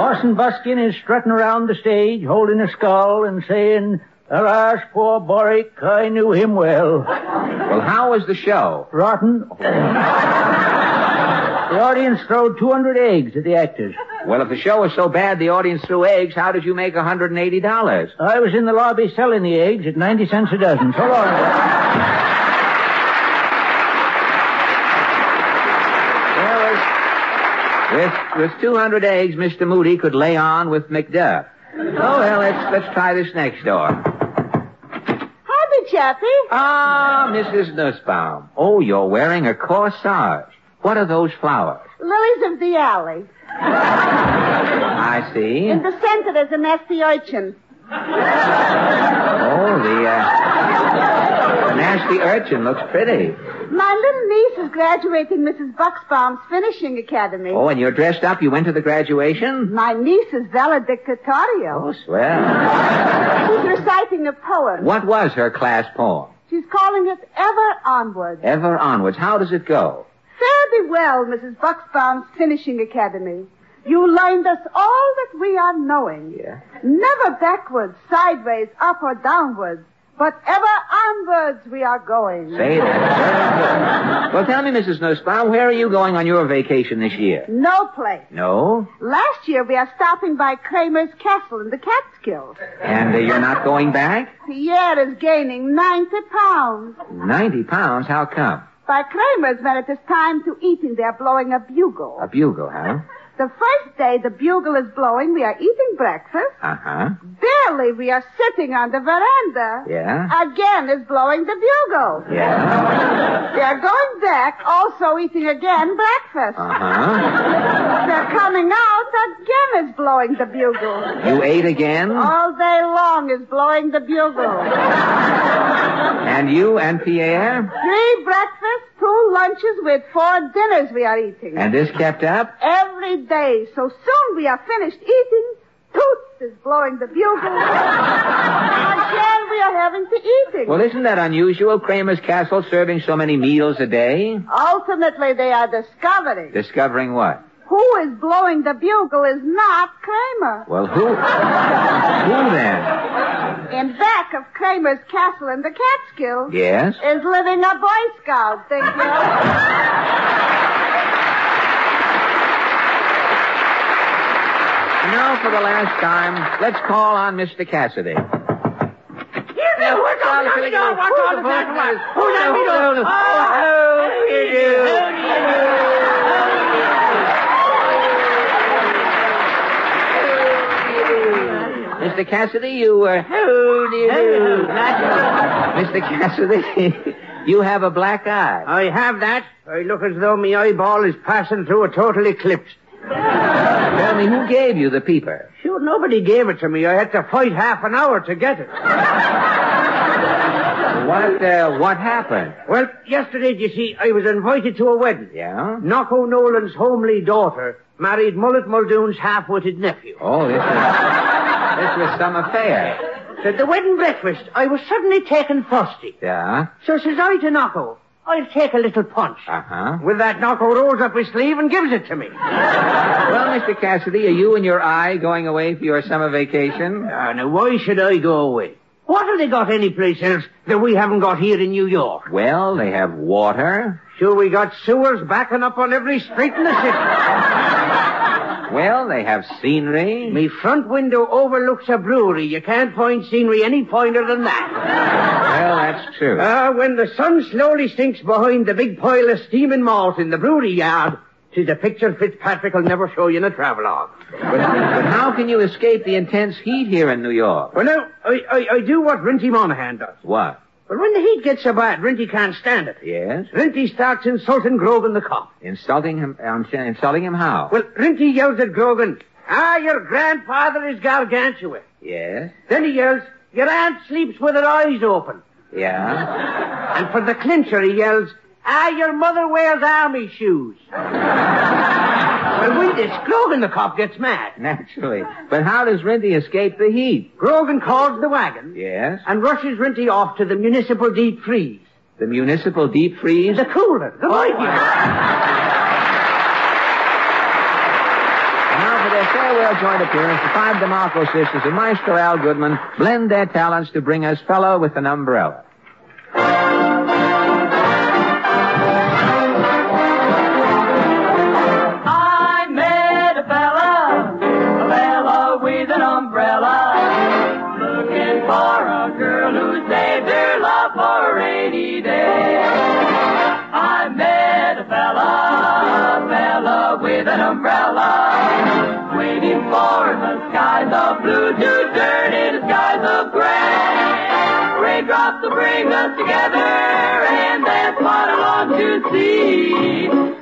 Speaker 10: Orson Buskin is strutting around the stage holding a skull and saying, Alas, poor Boric, I knew him well.
Speaker 9: Well, how was the show?
Speaker 10: Rotten. The audience throwed 200 eggs at the actors.
Speaker 9: Well, if the show was so bad the audience threw eggs, how did you make $180?
Speaker 10: I was in the lobby selling the eggs at 90 cents a dozen. So long.
Speaker 9: Well, with- with, with 200 eggs, Mr. Moody could lay on with McDuff. Oh, well, let's, let's try this next door.
Speaker 11: Howdy, Chappie.
Speaker 9: Ah, Mrs. Nussbaum. Oh, you're wearing a corsage. What are those flowers?
Speaker 11: Lilies of the alley.
Speaker 9: I see.
Speaker 11: In the center, there's a nasty urchin.
Speaker 9: Oh, the, uh, nasty urchin looks pretty.
Speaker 11: My little niece is graduating Mrs. Buxbaum's finishing academy.
Speaker 9: Oh, and you're dressed up. You went to the graduation?
Speaker 11: My niece is valedictorian.
Speaker 9: Oh, swell.
Speaker 11: She's reciting a poem.
Speaker 9: What was her class poem?
Speaker 11: She's calling us ever onward.
Speaker 9: Ever onwards. How does it go?
Speaker 11: Fare thee well, Mrs. Buxbaum's finishing academy. You loaned us all that we are knowing. Never backwards, sideways, up or downwards, but ever onwards we are going.
Speaker 9: Say that. Well, tell me, Mrs. Nussbaum, where are you going on your vacation this year?
Speaker 11: No place.
Speaker 9: No?
Speaker 11: Last year we are stopping by Kramer's Castle in the Catskills.
Speaker 9: And uh, you're not going back?
Speaker 11: Pierre is gaining 90 pounds.
Speaker 9: 90 pounds? How come?
Speaker 11: By Kramer's when it is time to eat and they're blowing a bugle.
Speaker 9: A bugle, huh?
Speaker 11: The first day the bugle is blowing, we are eating breakfast.
Speaker 9: Uh-huh.
Speaker 11: Barely we are sitting on the veranda.
Speaker 9: Yeah?
Speaker 11: Again is blowing the bugle.
Speaker 9: Yeah.
Speaker 11: They are going back, also eating again breakfast.
Speaker 9: Uh-huh.
Speaker 11: They're coming out, again is blowing the bugle.
Speaker 9: You ate again?
Speaker 11: All day long is blowing the bugle.
Speaker 9: And you and Pierre?
Speaker 11: Three breakfasts, two lunches, with four dinners we are eating.
Speaker 9: And this kept up?
Speaker 11: Every day. So soon we are finished eating. Toots is blowing the bugle. Again we are having to eating.
Speaker 9: Well, isn't that unusual? Kramer's Castle serving so many meals a day?
Speaker 11: Ultimately they are discovering
Speaker 9: Discovering what?
Speaker 11: who is blowing the bugle is not Kramer.
Speaker 9: Well, who? who then?
Speaker 11: In back of Kramer's castle in the Catskills.
Speaker 9: Yes?
Speaker 11: Is living a Boy Scout, thank you.
Speaker 9: Now, for the last time, let's call on Mr. Cassidy.
Speaker 12: Now, what's all the
Speaker 9: coming on? What's all the back
Speaker 12: one? Who's that me doing? Oh,
Speaker 9: how do you do? Mr. Cassidy, you uh, how do you do? Mr. Cassidy, you have a black eye.
Speaker 13: I have that. I look as though my eyeball is passing through a total eclipse.
Speaker 9: Tell me, who gave you the peeper?
Speaker 13: Sure, nobody gave it to me. I had to fight half an hour to get it.
Speaker 9: What, uh, what happened?
Speaker 13: Well, yesterday, you see, I was invited to a wedding.
Speaker 9: Yeah?
Speaker 13: Nocco Nolan's homely daughter married Mullet Muldoon's half-witted nephew.
Speaker 9: Oh, this is, this was some affair.
Speaker 13: At the wedding breakfast, I was suddenly taken thirsty.
Speaker 9: Yeah?
Speaker 13: So says I to Nocco, I'll take a little punch.
Speaker 9: Uh-huh.
Speaker 13: With that, Nocco rolls up his sleeve and gives it to me.
Speaker 9: Well, Mr. Cassidy, are you and your eye going away for your summer vacation?
Speaker 13: Ah, now why should I go away? What have they got anyplace else that we haven't got here in New York?
Speaker 9: Well, they have water.
Speaker 13: Sure, we got sewers backing up on every street in the city.
Speaker 9: Well, they have scenery.
Speaker 13: Me front window overlooks a brewery. You can't find scenery any finer than that.
Speaker 9: Well, that's true.
Speaker 13: Ah, when the sun slowly sinks behind the big pile of steaming malt in the brewery yard, 'tis a picture Fitzpatrick will never show you in a travelogue.
Speaker 9: But, but how can you escape the intense heat here in New York?
Speaker 13: Well, now, I, I, I do what Rinty Monahan does.
Speaker 9: What?
Speaker 13: But when the heat gets so bad, Rinty can't stand it.
Speaker 9: Yes?
Speaker 13: Rinty starts insulting Grogan the cop.
Speaker 9: Insulting him, um, insulting him how?
Speaker 13: Well, Rinty yells at Grogan, Ah, your grandfather is gargantuan.
Speaker 9: Yes?
Speaker 13: Then he yells, Your aunt sleeps with her eyes open.
Speaker 9: Yeah?
Speaker 13: And for the clincher, he yells, Ah, your mother wears army shoes. well, we this Grogan the cop gets mad.
Speaker 9: Naturally. But how does Rinty escape the heat?
Speaker 13: Grogan calls the wagon
Speaker 9: Yes?
Speaker 13: and rushes Rinty off to the municipal deep freeze.
Speaker 9: The municipal deep freeze? Oh,
Speaker 13: The cooler, the mightier.
Speaker 9: Now for their farewell joint appearance, the five DeMarco sisters and Maestro Al Goodman blend their talents to bring us Fellow with an Umbrella.
Speaker 12: I met a fella, a fella with an umbrella, looking for a girl who saved her love for a rainy day. I met a fella, a fella with an umbrella, waiting for the skies of blue to turn into skies of gray. Raindrops will bring us together, and that's what I long to see.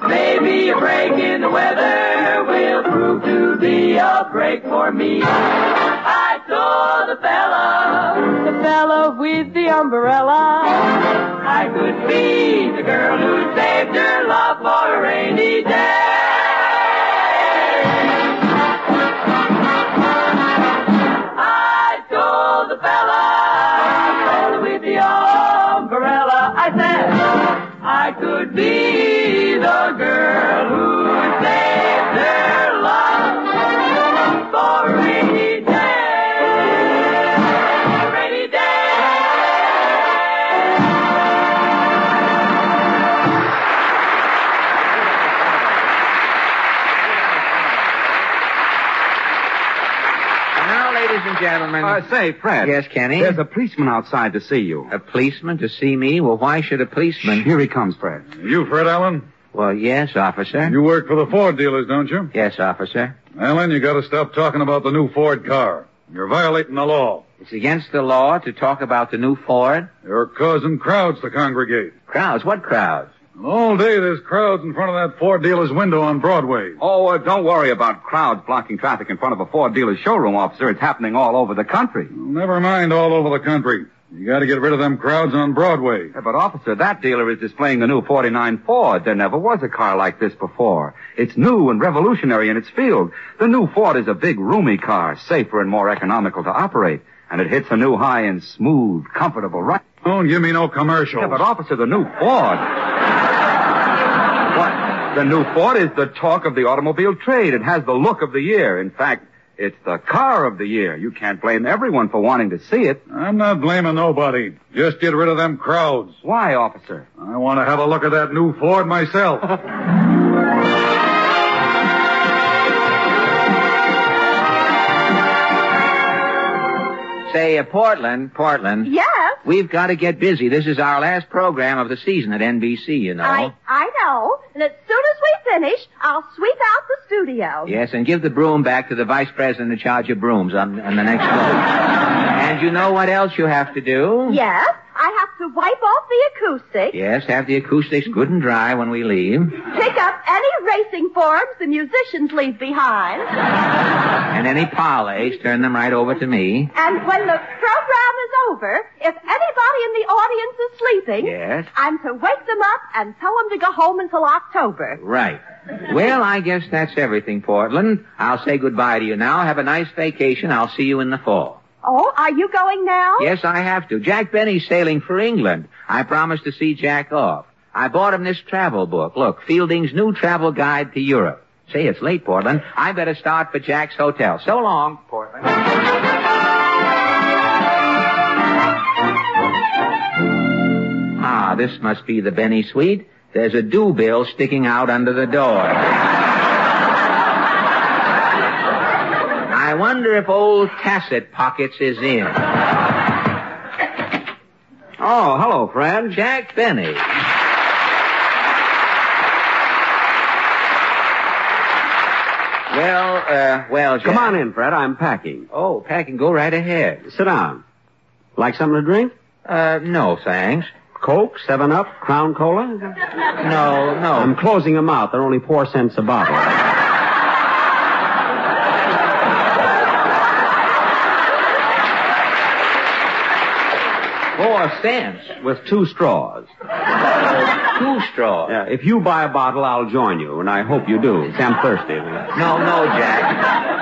Speaker 12: Maybe a break in the weather will prove to be a break for me. I saw the fella, the fella with the umbrella. I could be the girl who saved her love for a rainy day. I told the fella, fella with the umbrella, I said I could be the girl who saved her love
Speaker 9: gentlemen.
Speaker 7: Uh, say, Fred.
Speaker 9: Yes, Kenny?
Speaker 7: There's a policeman outside to see you.
Speaker 9: A policeman to see me? Well, why should a policeman?
Speaker 7: Here he comes, Fred.
Speaker 14: You, Fred Allen?
Speaker 9: Well, yes, officer.
Speaker 14: You work for the Ford dealers, don't you?
Speaker 9: Yes, officer.
Speaker 14: Allen, you gotta stop talking about the new Ford car. You're violating the law.
Speaker 9: It's against the law to talk about the new Ford.
Speaker 14: You're causing crowds to congregate.
Speaker 9: Crowds? What crowds?
Speaker 14: All day there's crowds in front of that Ford dealer's window on Broadway.
Speaker 7: Oh, uh, don't worry about crowds blocking traffic in front of a Ford dealer's showroom, officer. It's happening all over the country.
Speaker 14: Never mind all over the country. You gotta get rid of them crowds on Broadway.
Speaker 7: Yeah, but officer, that dealer is displaying the new 49 Ford. There never was a car like this before. It's new and revolutionary in its field. The new Ford is a big, roomy car, safer and more economical to operate. And it hits a new high in smooth, comfortable right.
Speaker 14: Don't give me no commercials.
Speaker 7: Yeah, but officer, the new Ford. The new Ford is the talk of the automobile trade. It has the look of the year. In fact, it's the car of the year. You can't blame everyone for wanting to see it.
Speaker 14: I'm not blaming nobody. Just get rid of them crowds.
Speaker 7: Why, officer?
Speaker 14: I want to have a look at that new Ford myself.
Speaker 15: Uh,
Speaker 9: Say, uh, Portland, Portland.
Speaker 8: Yes?
Speaker 9: We've got to get busy. This is our last program of the season at NBC, you know.
Speaker 8: I, I know. And as soon as we finish, I'll sweep out the studio.
Speaker 9: Yes, and give the broom back to the vice president in charge of brooms on, on the next floor. and you know what else you have to do?
Speaker 8: Yes? I have to wipe off the acoustics.
Speaker 9: Yes, have the acoustics good and dry when we leave.
Speaker 8: Pick up any racing forms the musicians leave behind.
Speaker 9: and any parlays, turn them right over to me.
Speaker 8: And when the program is over, if anybody in the audience is sleeping,
Speaker 9: Yes?
Speaker 8: I'm to wake them up and tell them to go home until October.
Speaker 9: Right. Well, I guess that's everything, Portland. I'll say goodbye to you now. Have a nice vacation. I'll see you in the fall.
Speaker 8: Oh, are you going now?
Speaker 9: Yes, I have to. Jack Benny's sailing for England. I promised to see Jack off. I bought him this travel book. Look, Fielding's new travel guide to Europe. Say, it's late, Portland. I better start for Jack's hotel. So long, Portland. Ah, this must be the Benny suite. There's a due bill sticking out under the door. I wonder if old Tacit Pockets is in. Oh, hello, friend. Jack Benny. Well, uh, well, Jack.
Speaker 16: Come on in, Fred. I'm packing.
Speaker 9: Oh, packing. Go right ahead.
Speaker 16: Sit down. Like something to drink?
Speaker 9: Uh, no, thanks.
Speaker 16: Coke, Seven Up, Crown Cola?
Speaker 9: No, no.
Speaker 16: I'm closing them out. They're only four cents a bottle.
Speaker 9: Four cents.
Speaker 16: With two straws.
Speaker 9: Two straws.
Speaker 16: Yeah, if you buy a bottle, I'll join you, and I hope you do. 'cause I'm thirsty.
Speaker 9: No, Oh, no, Jack.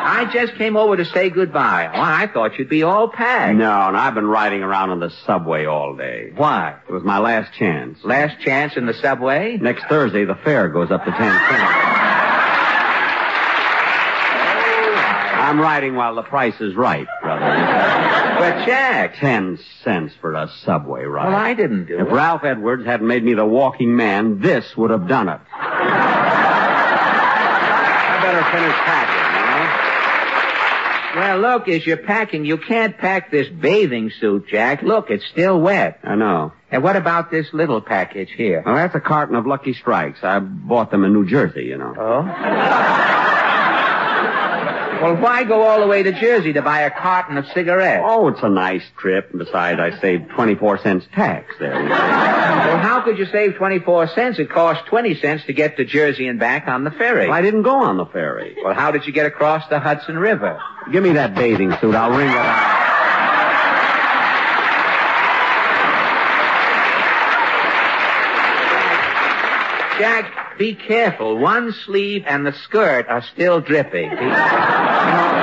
Speaker 9: I just came over to say goodbye. Well, I thought you'd be all packed.
Speaker 16: No, and I've been riding around on the subway all day.
Speaker 9: Why?
Speaker 16: It was my last chance.
Speaker 9: Last chance in the subway? Oh,
Speaker 16: Next Thursday, the fare goes up to 10 cents. I'm riding while the price is right, brother.
Speaker 9: But Jack.
Speaker 16: Ten cents for a subway ride.
Speaker 9: Well, I didn't do
Speaker 16: If
Speaker 9: it.
Speaker 16: Ralph Edwards hadn't made me the walking man, this would have done it. I better finish packing,
Speaker 9: Well, look, as you're packing, you can't pack this bathing suit, Jack. Look, it's still wet.
Speaker 16: you know? I know.
Speaker 9: And what about this little package here?
Speaker 16: Well, that's a carton of Lucky Strikes. I bought them in New Jersey, you know.
Speaker 9: Oh?
Speaker 16: Uh,
Speaker 9: well, why go all the way to Jersey to buy a carton of cigarettes?
Speaker 16: Oh, it's a nice trip. and Besides, I saved 24 cents tax there.
Speaker 9: Well, how could you save 24 cents? It cost 20 cents to get to Jersey and back on the ferry.
Speaker 16: I didn't go on the ferry.
Speaker 9: Well, how did you get across the Hudson River?
Speaker 16: Give me that bathing suit. I'll wring it out.
Speaker 9: Jack, be careful. One sleeve and the skirt are still dripping.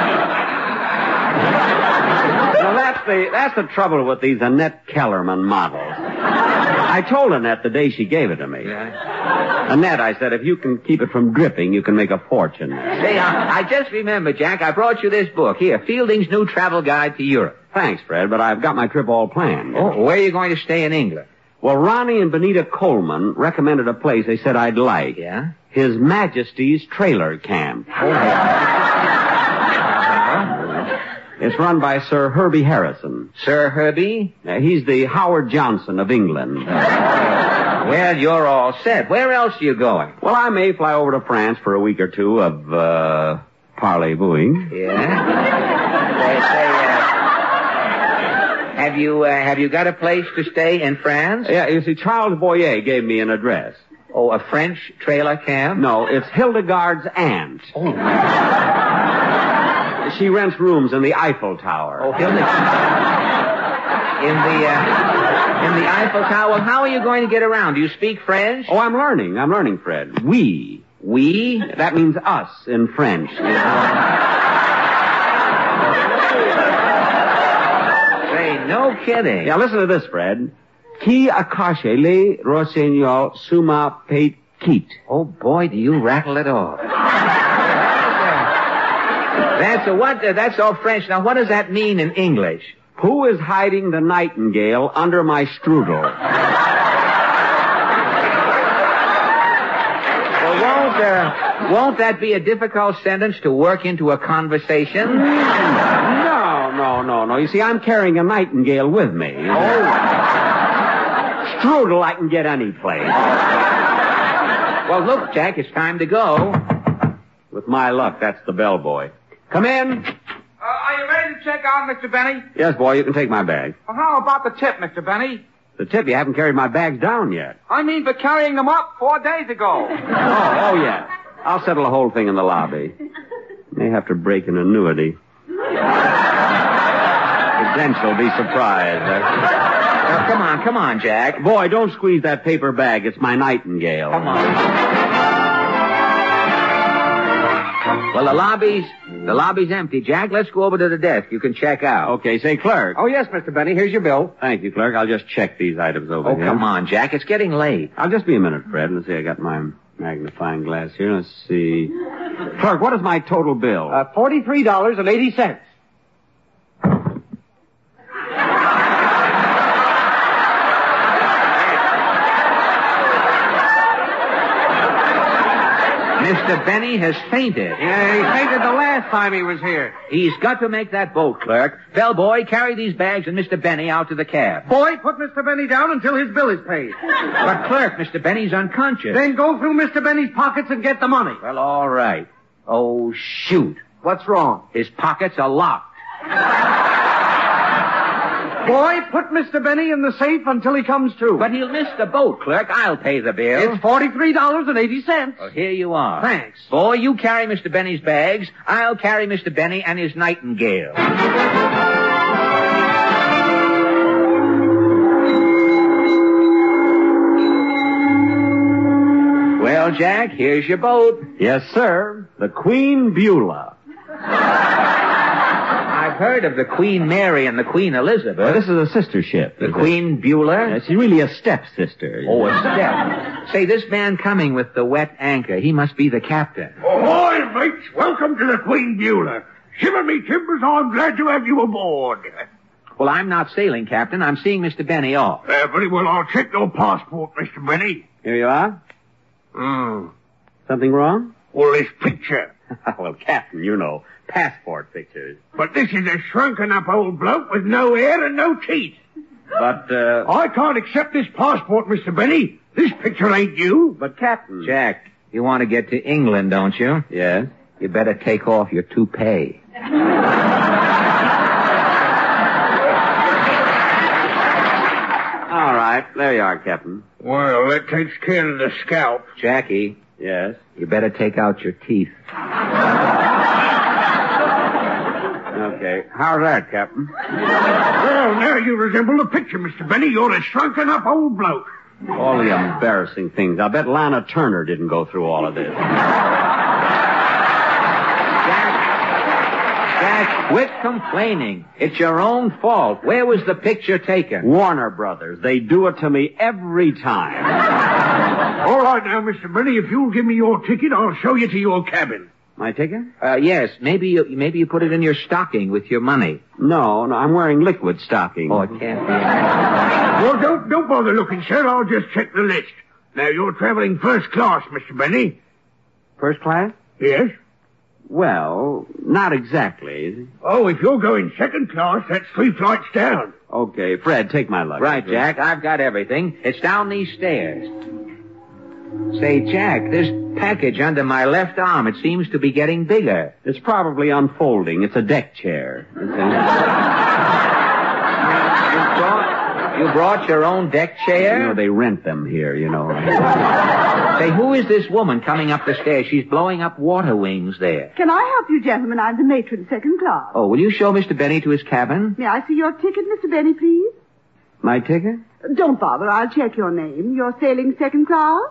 Speaker 16: Well, that's the, that's the trouble with these Annette Kellerman models. I told Annette the day she gave it to me. Annette, I said, if you can keep it from dripping, you can make a fortune.
Speaker 9: Say, uh, I, I just remember, Jack, I brought you this book. Here, Fielding's New Travel Guide to Europe.
Speaker 16: Thanks, Fred, but I've got my trip all planned.
Speaker 9: Oh, where are you going to stay in England?
Speaker 16: Well, Ronnie and Benita Coleman recommended a place they said I'd like.
Speaker 9: Yeah?
Speaker 16: His Majesty's Trailer Camp. It's run by Sir Herbie Harrison.
Speaker 9: Sir Herbie?
Speaker 16: Uh, he's the Howard Johnson of England.
Speaker 9: Well, you're all set. Where else are you going?
Speaker 16: Well, I may fly over to France for a week or two of, uh, parley-booing.
Speaker 9: Yeah? Have you uh, have you got a place to stay in France?
Speaker 16: Yeah, you see, Charles Boyer gave me an address.
Speaker 9: Oh, a French trailer camp?
Speaker 16: No, it's Hildegard's aunt.
Speaker 9: Oh.
Speaker 16: She rents rooms in the Eiffel Tower.
Speaker 9: Oh, Hildegard. In the uh, in the Eiffel Tower. Well, how are you going to get around? Do you speak French?
Speaker 16: Oh, I'm learning. I'm learning, Fred. We.
Speaker 9: We?
Speaker 16: That means us in French.
Speaker 9: Say, no kidding.
Speaker 16: Now listen to this, Fred. Qui acache le rossignol suma pate kit.
Speaker 9: Oh boy, do you rattle it off. that's a what? uh, that's all French. Now what does that mean in English?
Speaker 16: Who is hiding the nightingale under my strudel?
Speaker 9: Well, won't uh, won't that be a difficult sentence to work into a conversation?
Speaker 16: No, no, no, no. You see, I'm carrying a nightingale with me. Oh. Strudel I can get any place.
Speaker 9: Well, look, Jack, it's time to go.
Speaker 16: With my luck, that's the bellboy. Come in.
Speaker 15: Uh, are you ready to check out, Mr. Benny?
Speaker 16: Yes, boy, you can take my bag.
Speaker 15: Well, how about the tip, Mr. Benny?
Speaker 16: The tip, you haven't carried my bags down yet.
Speaker 15: I mean for carrying them up four days ago.
Speaker 16: Oh, oh, yeah. I'll settle the whole thing in the lobby. May have to break an annuity. Prudential be surprised.
Speaker 9: Now, come on, come on, Jack.
Speaker 16: Boy, don't squeeze that paper bag. It's my nightingale.
Speaker 9: Come on. Well, the lobby's the lobby's empty, Jack. Let's go over to the desk. You can check out.
Speaker 16: Okay, say clerk.
Speaker 9: Oh yes, Mr. Benny. Here's your bill.
Speaker 16: Thank you, clerk. I'll just check these items over
Speaker 9: Oh,
Speaker 16: here.
Speaker 9: come on, Jack. It's getting late.
Speaker 16: I'll just be a minute, Fred. Let's see. I got my magnifying glass here. Let's see. Clerk, what is my total bill?
Speaker 13: Uh, $43.80.
Speaker 9: Mr. Benny has fainted.
Speaker 13: Yeah, he fainted the last time he was here.
Speaker 9: He's got to make that boat, clerk. Bellboy, carry these bags and Mr. Benny out to the cab.
Speaker 13: Boy, put Mr. Benny down until his bill is paid.
Speaker 9: But, clerk, Mr. Benny's unconscious.
Speaker 13: Then go through Mr. Benny's pockets and get the money.
Speaker 9: Well, all right. Oh, shoot.
Speaker 13: What's wrong?
Speaker 9: His pockets are locked.
Speaker 13: Boy, put Mr. Benny in the safe until he comes to.
Speaker 9: But he'll miss the boat, clerk. I'll pay the bill.
Speaker 13: It's $43.80.
Speaker 9: Well, here you are.
Speaker 13: Thanks.
Speaker 9: Boy, you carry Mr. Benny's bags. I'll carry Mr. Benny and his nightingale. Well, Jack, here's your boat.
Speaker 16: Yes, sir. The Queen Beulah.
Speaker 9: I've heard of the Queen Mary and the Queen Elizabeth.
Speaker 16: Well, this is a sister ship.
Speaker 9: the
Speaker 16: Is it?
Speaker 9: Queen Beulah?
Speaker 16: Yeah, she's really a stepsister.
Speaker 9: Oh, a step. Say, this man coming with the wet anchor, he must be the captain.
Speaker 17: Ahoy, Oh, mates. Welcome to the Queen Beulah. Shiver me timbers, I'm glad to have you aboard.
Speaker 9: Well, I'm not sailing, Captain. I'm seeing Mr. Benny off.
Speaker 17: Uh, very well, I'll check your passport, Mr. Benny.
Speaker 16: Here you are.
Speaker 17: Hmm.
Speaker 16: Something wrong?
Speaker 17: Well, this picture.
Speaker 16: well, Captain, you know, passport pictures.
Speaker 17: But this is a shrunken up old bloke with no hair and no teeth.
Speaker 16: But, uh,
Speaker 17: I can't accept this passport, Mr. Benny. This picture ain't you.
Speaker 16: but Captain.
Speaker 9: Jack, you want to get to England, don't you?
Speaker 16: Yes?
Speaker 9: You better take off your toupee.
Speaker 16: All right. There you are, Captain.
Speaker 17: Well, that takes care of the scalp.
Speaker 9: Jackie,
Speaker 16: Yes?
Speaker 9: you better take out your teeth.
Speaker 16: Okay. How's that, Captain?
Speaker 17: Well, now you resemble the picture, Mr. Benny. You're a shrunken up old bloke.
Speaker 16: All the embarrassing things. I bet Lana Turner didn't go through all of this.
Speaker 9: Jack, quit complaining. It's your own fault. Where was the picture taken?
Speaker 16: Warner Brothers. They do it to me every time.
Speaker 17: All right now, Mr. Benny, if you'll give me your ticket, I'll show you to your cabin.
Speaker 16: My ticket?
Speaker 9: Uh, yes, maybe you, maybe you put it in your stocking with your money.
Speaker 16: No, no. I'm wearing liquid stockings.
Speaker 9: Oh, it can't be.
Speaker 17: Well, don't, don't bother looking, sir. I'll just check the list. Now, you're traveling first class, Mr. Benny.
Speaker 16: First class?
Speaker 17: Yes?
Speaker 16: Well, not exactly.
Speaker 18: Oh, if you're going second class, that's three flights down.
Speaker 16: Okay, Fred, take my luggage.
Speaker 9: Right, Jack. I've got everything. It's down these stairs. Say, Jack, this package under my left arm, it seems to be getting bigger.
Speaker 16: It's probably unfolding. It's a deck chair.
Speaker 9: You brought your own deck chair?
Speaker 16: You know, they rent them here, you know.
Speaker 9: Say, who is this woman coming up the stairs? She's blowing up water wings there.
Speaker 11: Can I help you, gentlemen? I'm the matron, second class.
Speaker 9: Oh, will you show Mr. Benny to his cabin?
Speaker 11: May I see your ticket, Mr. Benny, please?
Speaker 16: My ticket?
Speaker 11: Don't bother. I'll check your name. You're sailing second class?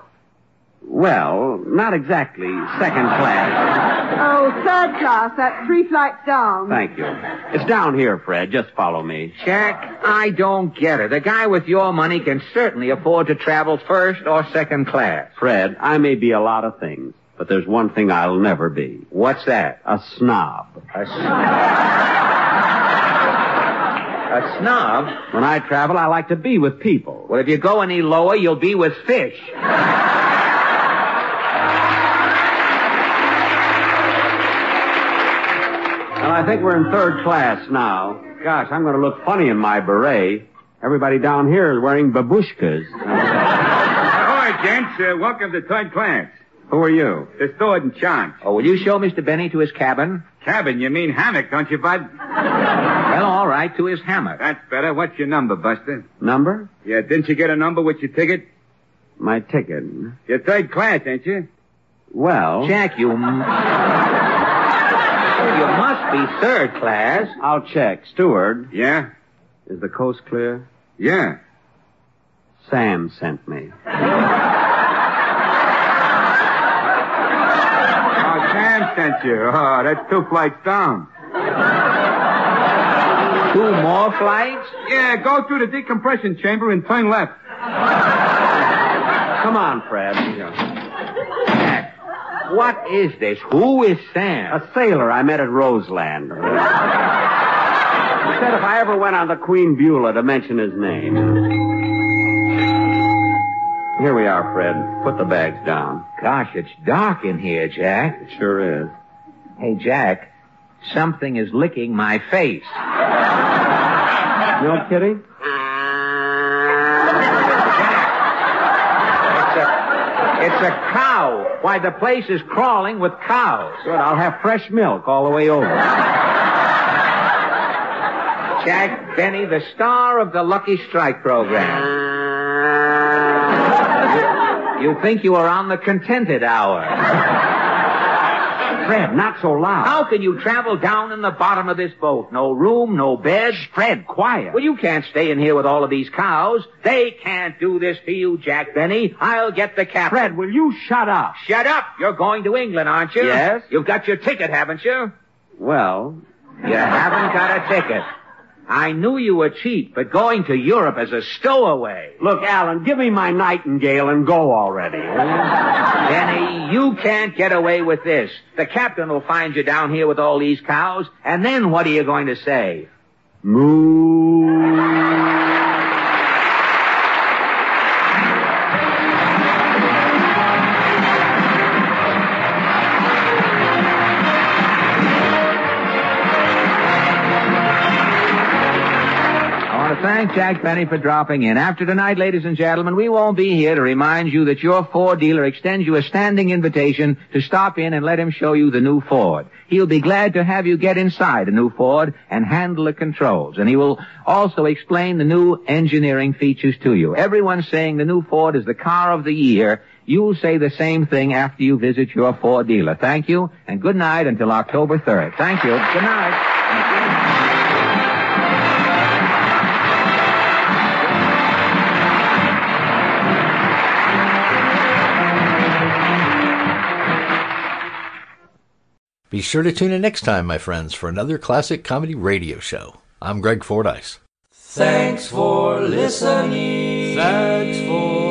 Speaker 16: Well, not exactly second class.
Speaker 11: Oh, third class. That's three flights down.
Speaker 16: Thank you. It's down here, Fred. Just follow me.
Speaker 9: Jack, I don't get it. A guy with your money can certainly afford to travel first or second class.
Speaker 16: Fred, I may be a lot of things, but there's one thing I'll never be.
Speaker 9: What's that?
Speaker 16: A snob.
Speaker 9: A snob. a snob?
Speaker 16: When I travel, I like to be with people.
Speaker 9: Well, if you go any lower, you'll be with fish.
Speaker 16: Well, I think we're in third class now. Gosh, I'm going to look funny in my beret. Everybody down here is wearing babushkas.
Speaker 19: Hi, gents. Uh, welcome to third class.
Speaker 16: Who are you?
Speaker 19: The steward in charge.
Speaker 9: Oh, will you show Mr. Benny to his cabin?
Speaker 19: Cabin? You mean hammock, don't you, bud?
Speaker 9: well, all right, to his hammock.
Speaker 19: That's better. What's your number, Buster?
Speaker 16: Number?
Speaker 19: Yeah, didn't you get a number with your ticket?
Speaker 16: My ticket?
Speaker 19: You're third class, ain't you?
Speaker 16: Well...
Speaker 9: Jack, you... You must be third class.
Speaker 16: I'll check. Steward.
Speaker 19: Yeah?
Speaker 16: Is the coast clear?
Speaker 19: Yeah.
Speaker 16: Sam sent me. oh,
Speaker 19: Sam sent you. Oh, that's two flights down.
Speaker 9: Two more flights?
Speaker 19: Yeah, go through the decompression chamber and turn left.
Speaker 16: Come on, Fred. Yeah.
Speaker 9: What is this? Who is Sam?
Speaker 16: A sailor I met at Roseland. Said if I ever went on the Queen Beulah to mention his name. Here we are, Fred. Put the bags down.
Speaker 9: Gosh, it's dark in here, Jack.
Speaker 16: It sure is.
Speaker 9: Hey, Jack, something is licking my face.
Speaker 16: no kidding?
Speaker 9: It's a cow. Why, the place is crawling with cows.
Speaker 16: Good. I'll have fresh milk all the way over.
Speaker 9: Jack Benny, the star of the Lucky Strike program. you think you are on the contented hour.
Speaker 16: Fred, not so loud.
Speaker 9: How can you travel down in the bottom of this boat? No room, no bed.
Speaker 16: Fred, quiet.
Speaker 9: Well, you can't stay in here with all of these cows. They can't do this to you, Jack Benny. I'll get the captain.
Speaker 16: Fred, will you shut up?
Speaker 9: Shut up. You're going to England, aren't you?
Speaker 16: Yes.
Speaker 9: You've got your ticket, haven't you?
Speaker 16: Well,
Speaker 9: you haven't got a ticket. I knew you were cheap, but going to Europe as a stowaway.
Speaker 16: Look, Alan, give me my nightingale and go already.
Speaker 9: Benny, you can't get away with this. The captain will find you down here with all these cows, and then what are you going to say?
Speaker 16: Moo.
Speaker 9: thank Jack Benny for dropping in. After tonight, ladies and gentlemen, we won't be here to remind you that your Ford dealer extends you a standing invitation to stop in and let him show you the new Ford. He'll be glad to have you get inside a new Ford and handle the controls. And he will also explain the new engineering features to you. Everyone's saying the new Ford is the car of the year. You'll say the same thing after you visit your Ford dealer. Thank you, and good night until October 3rd. Thank you. Good night.
Speaker 20: Be sure to tune in next time, my friends, for another classic comedy radio show. I'm Greg Fordyce.
Speaker 21: Thanks for listening.
Speaker 22: Thanks for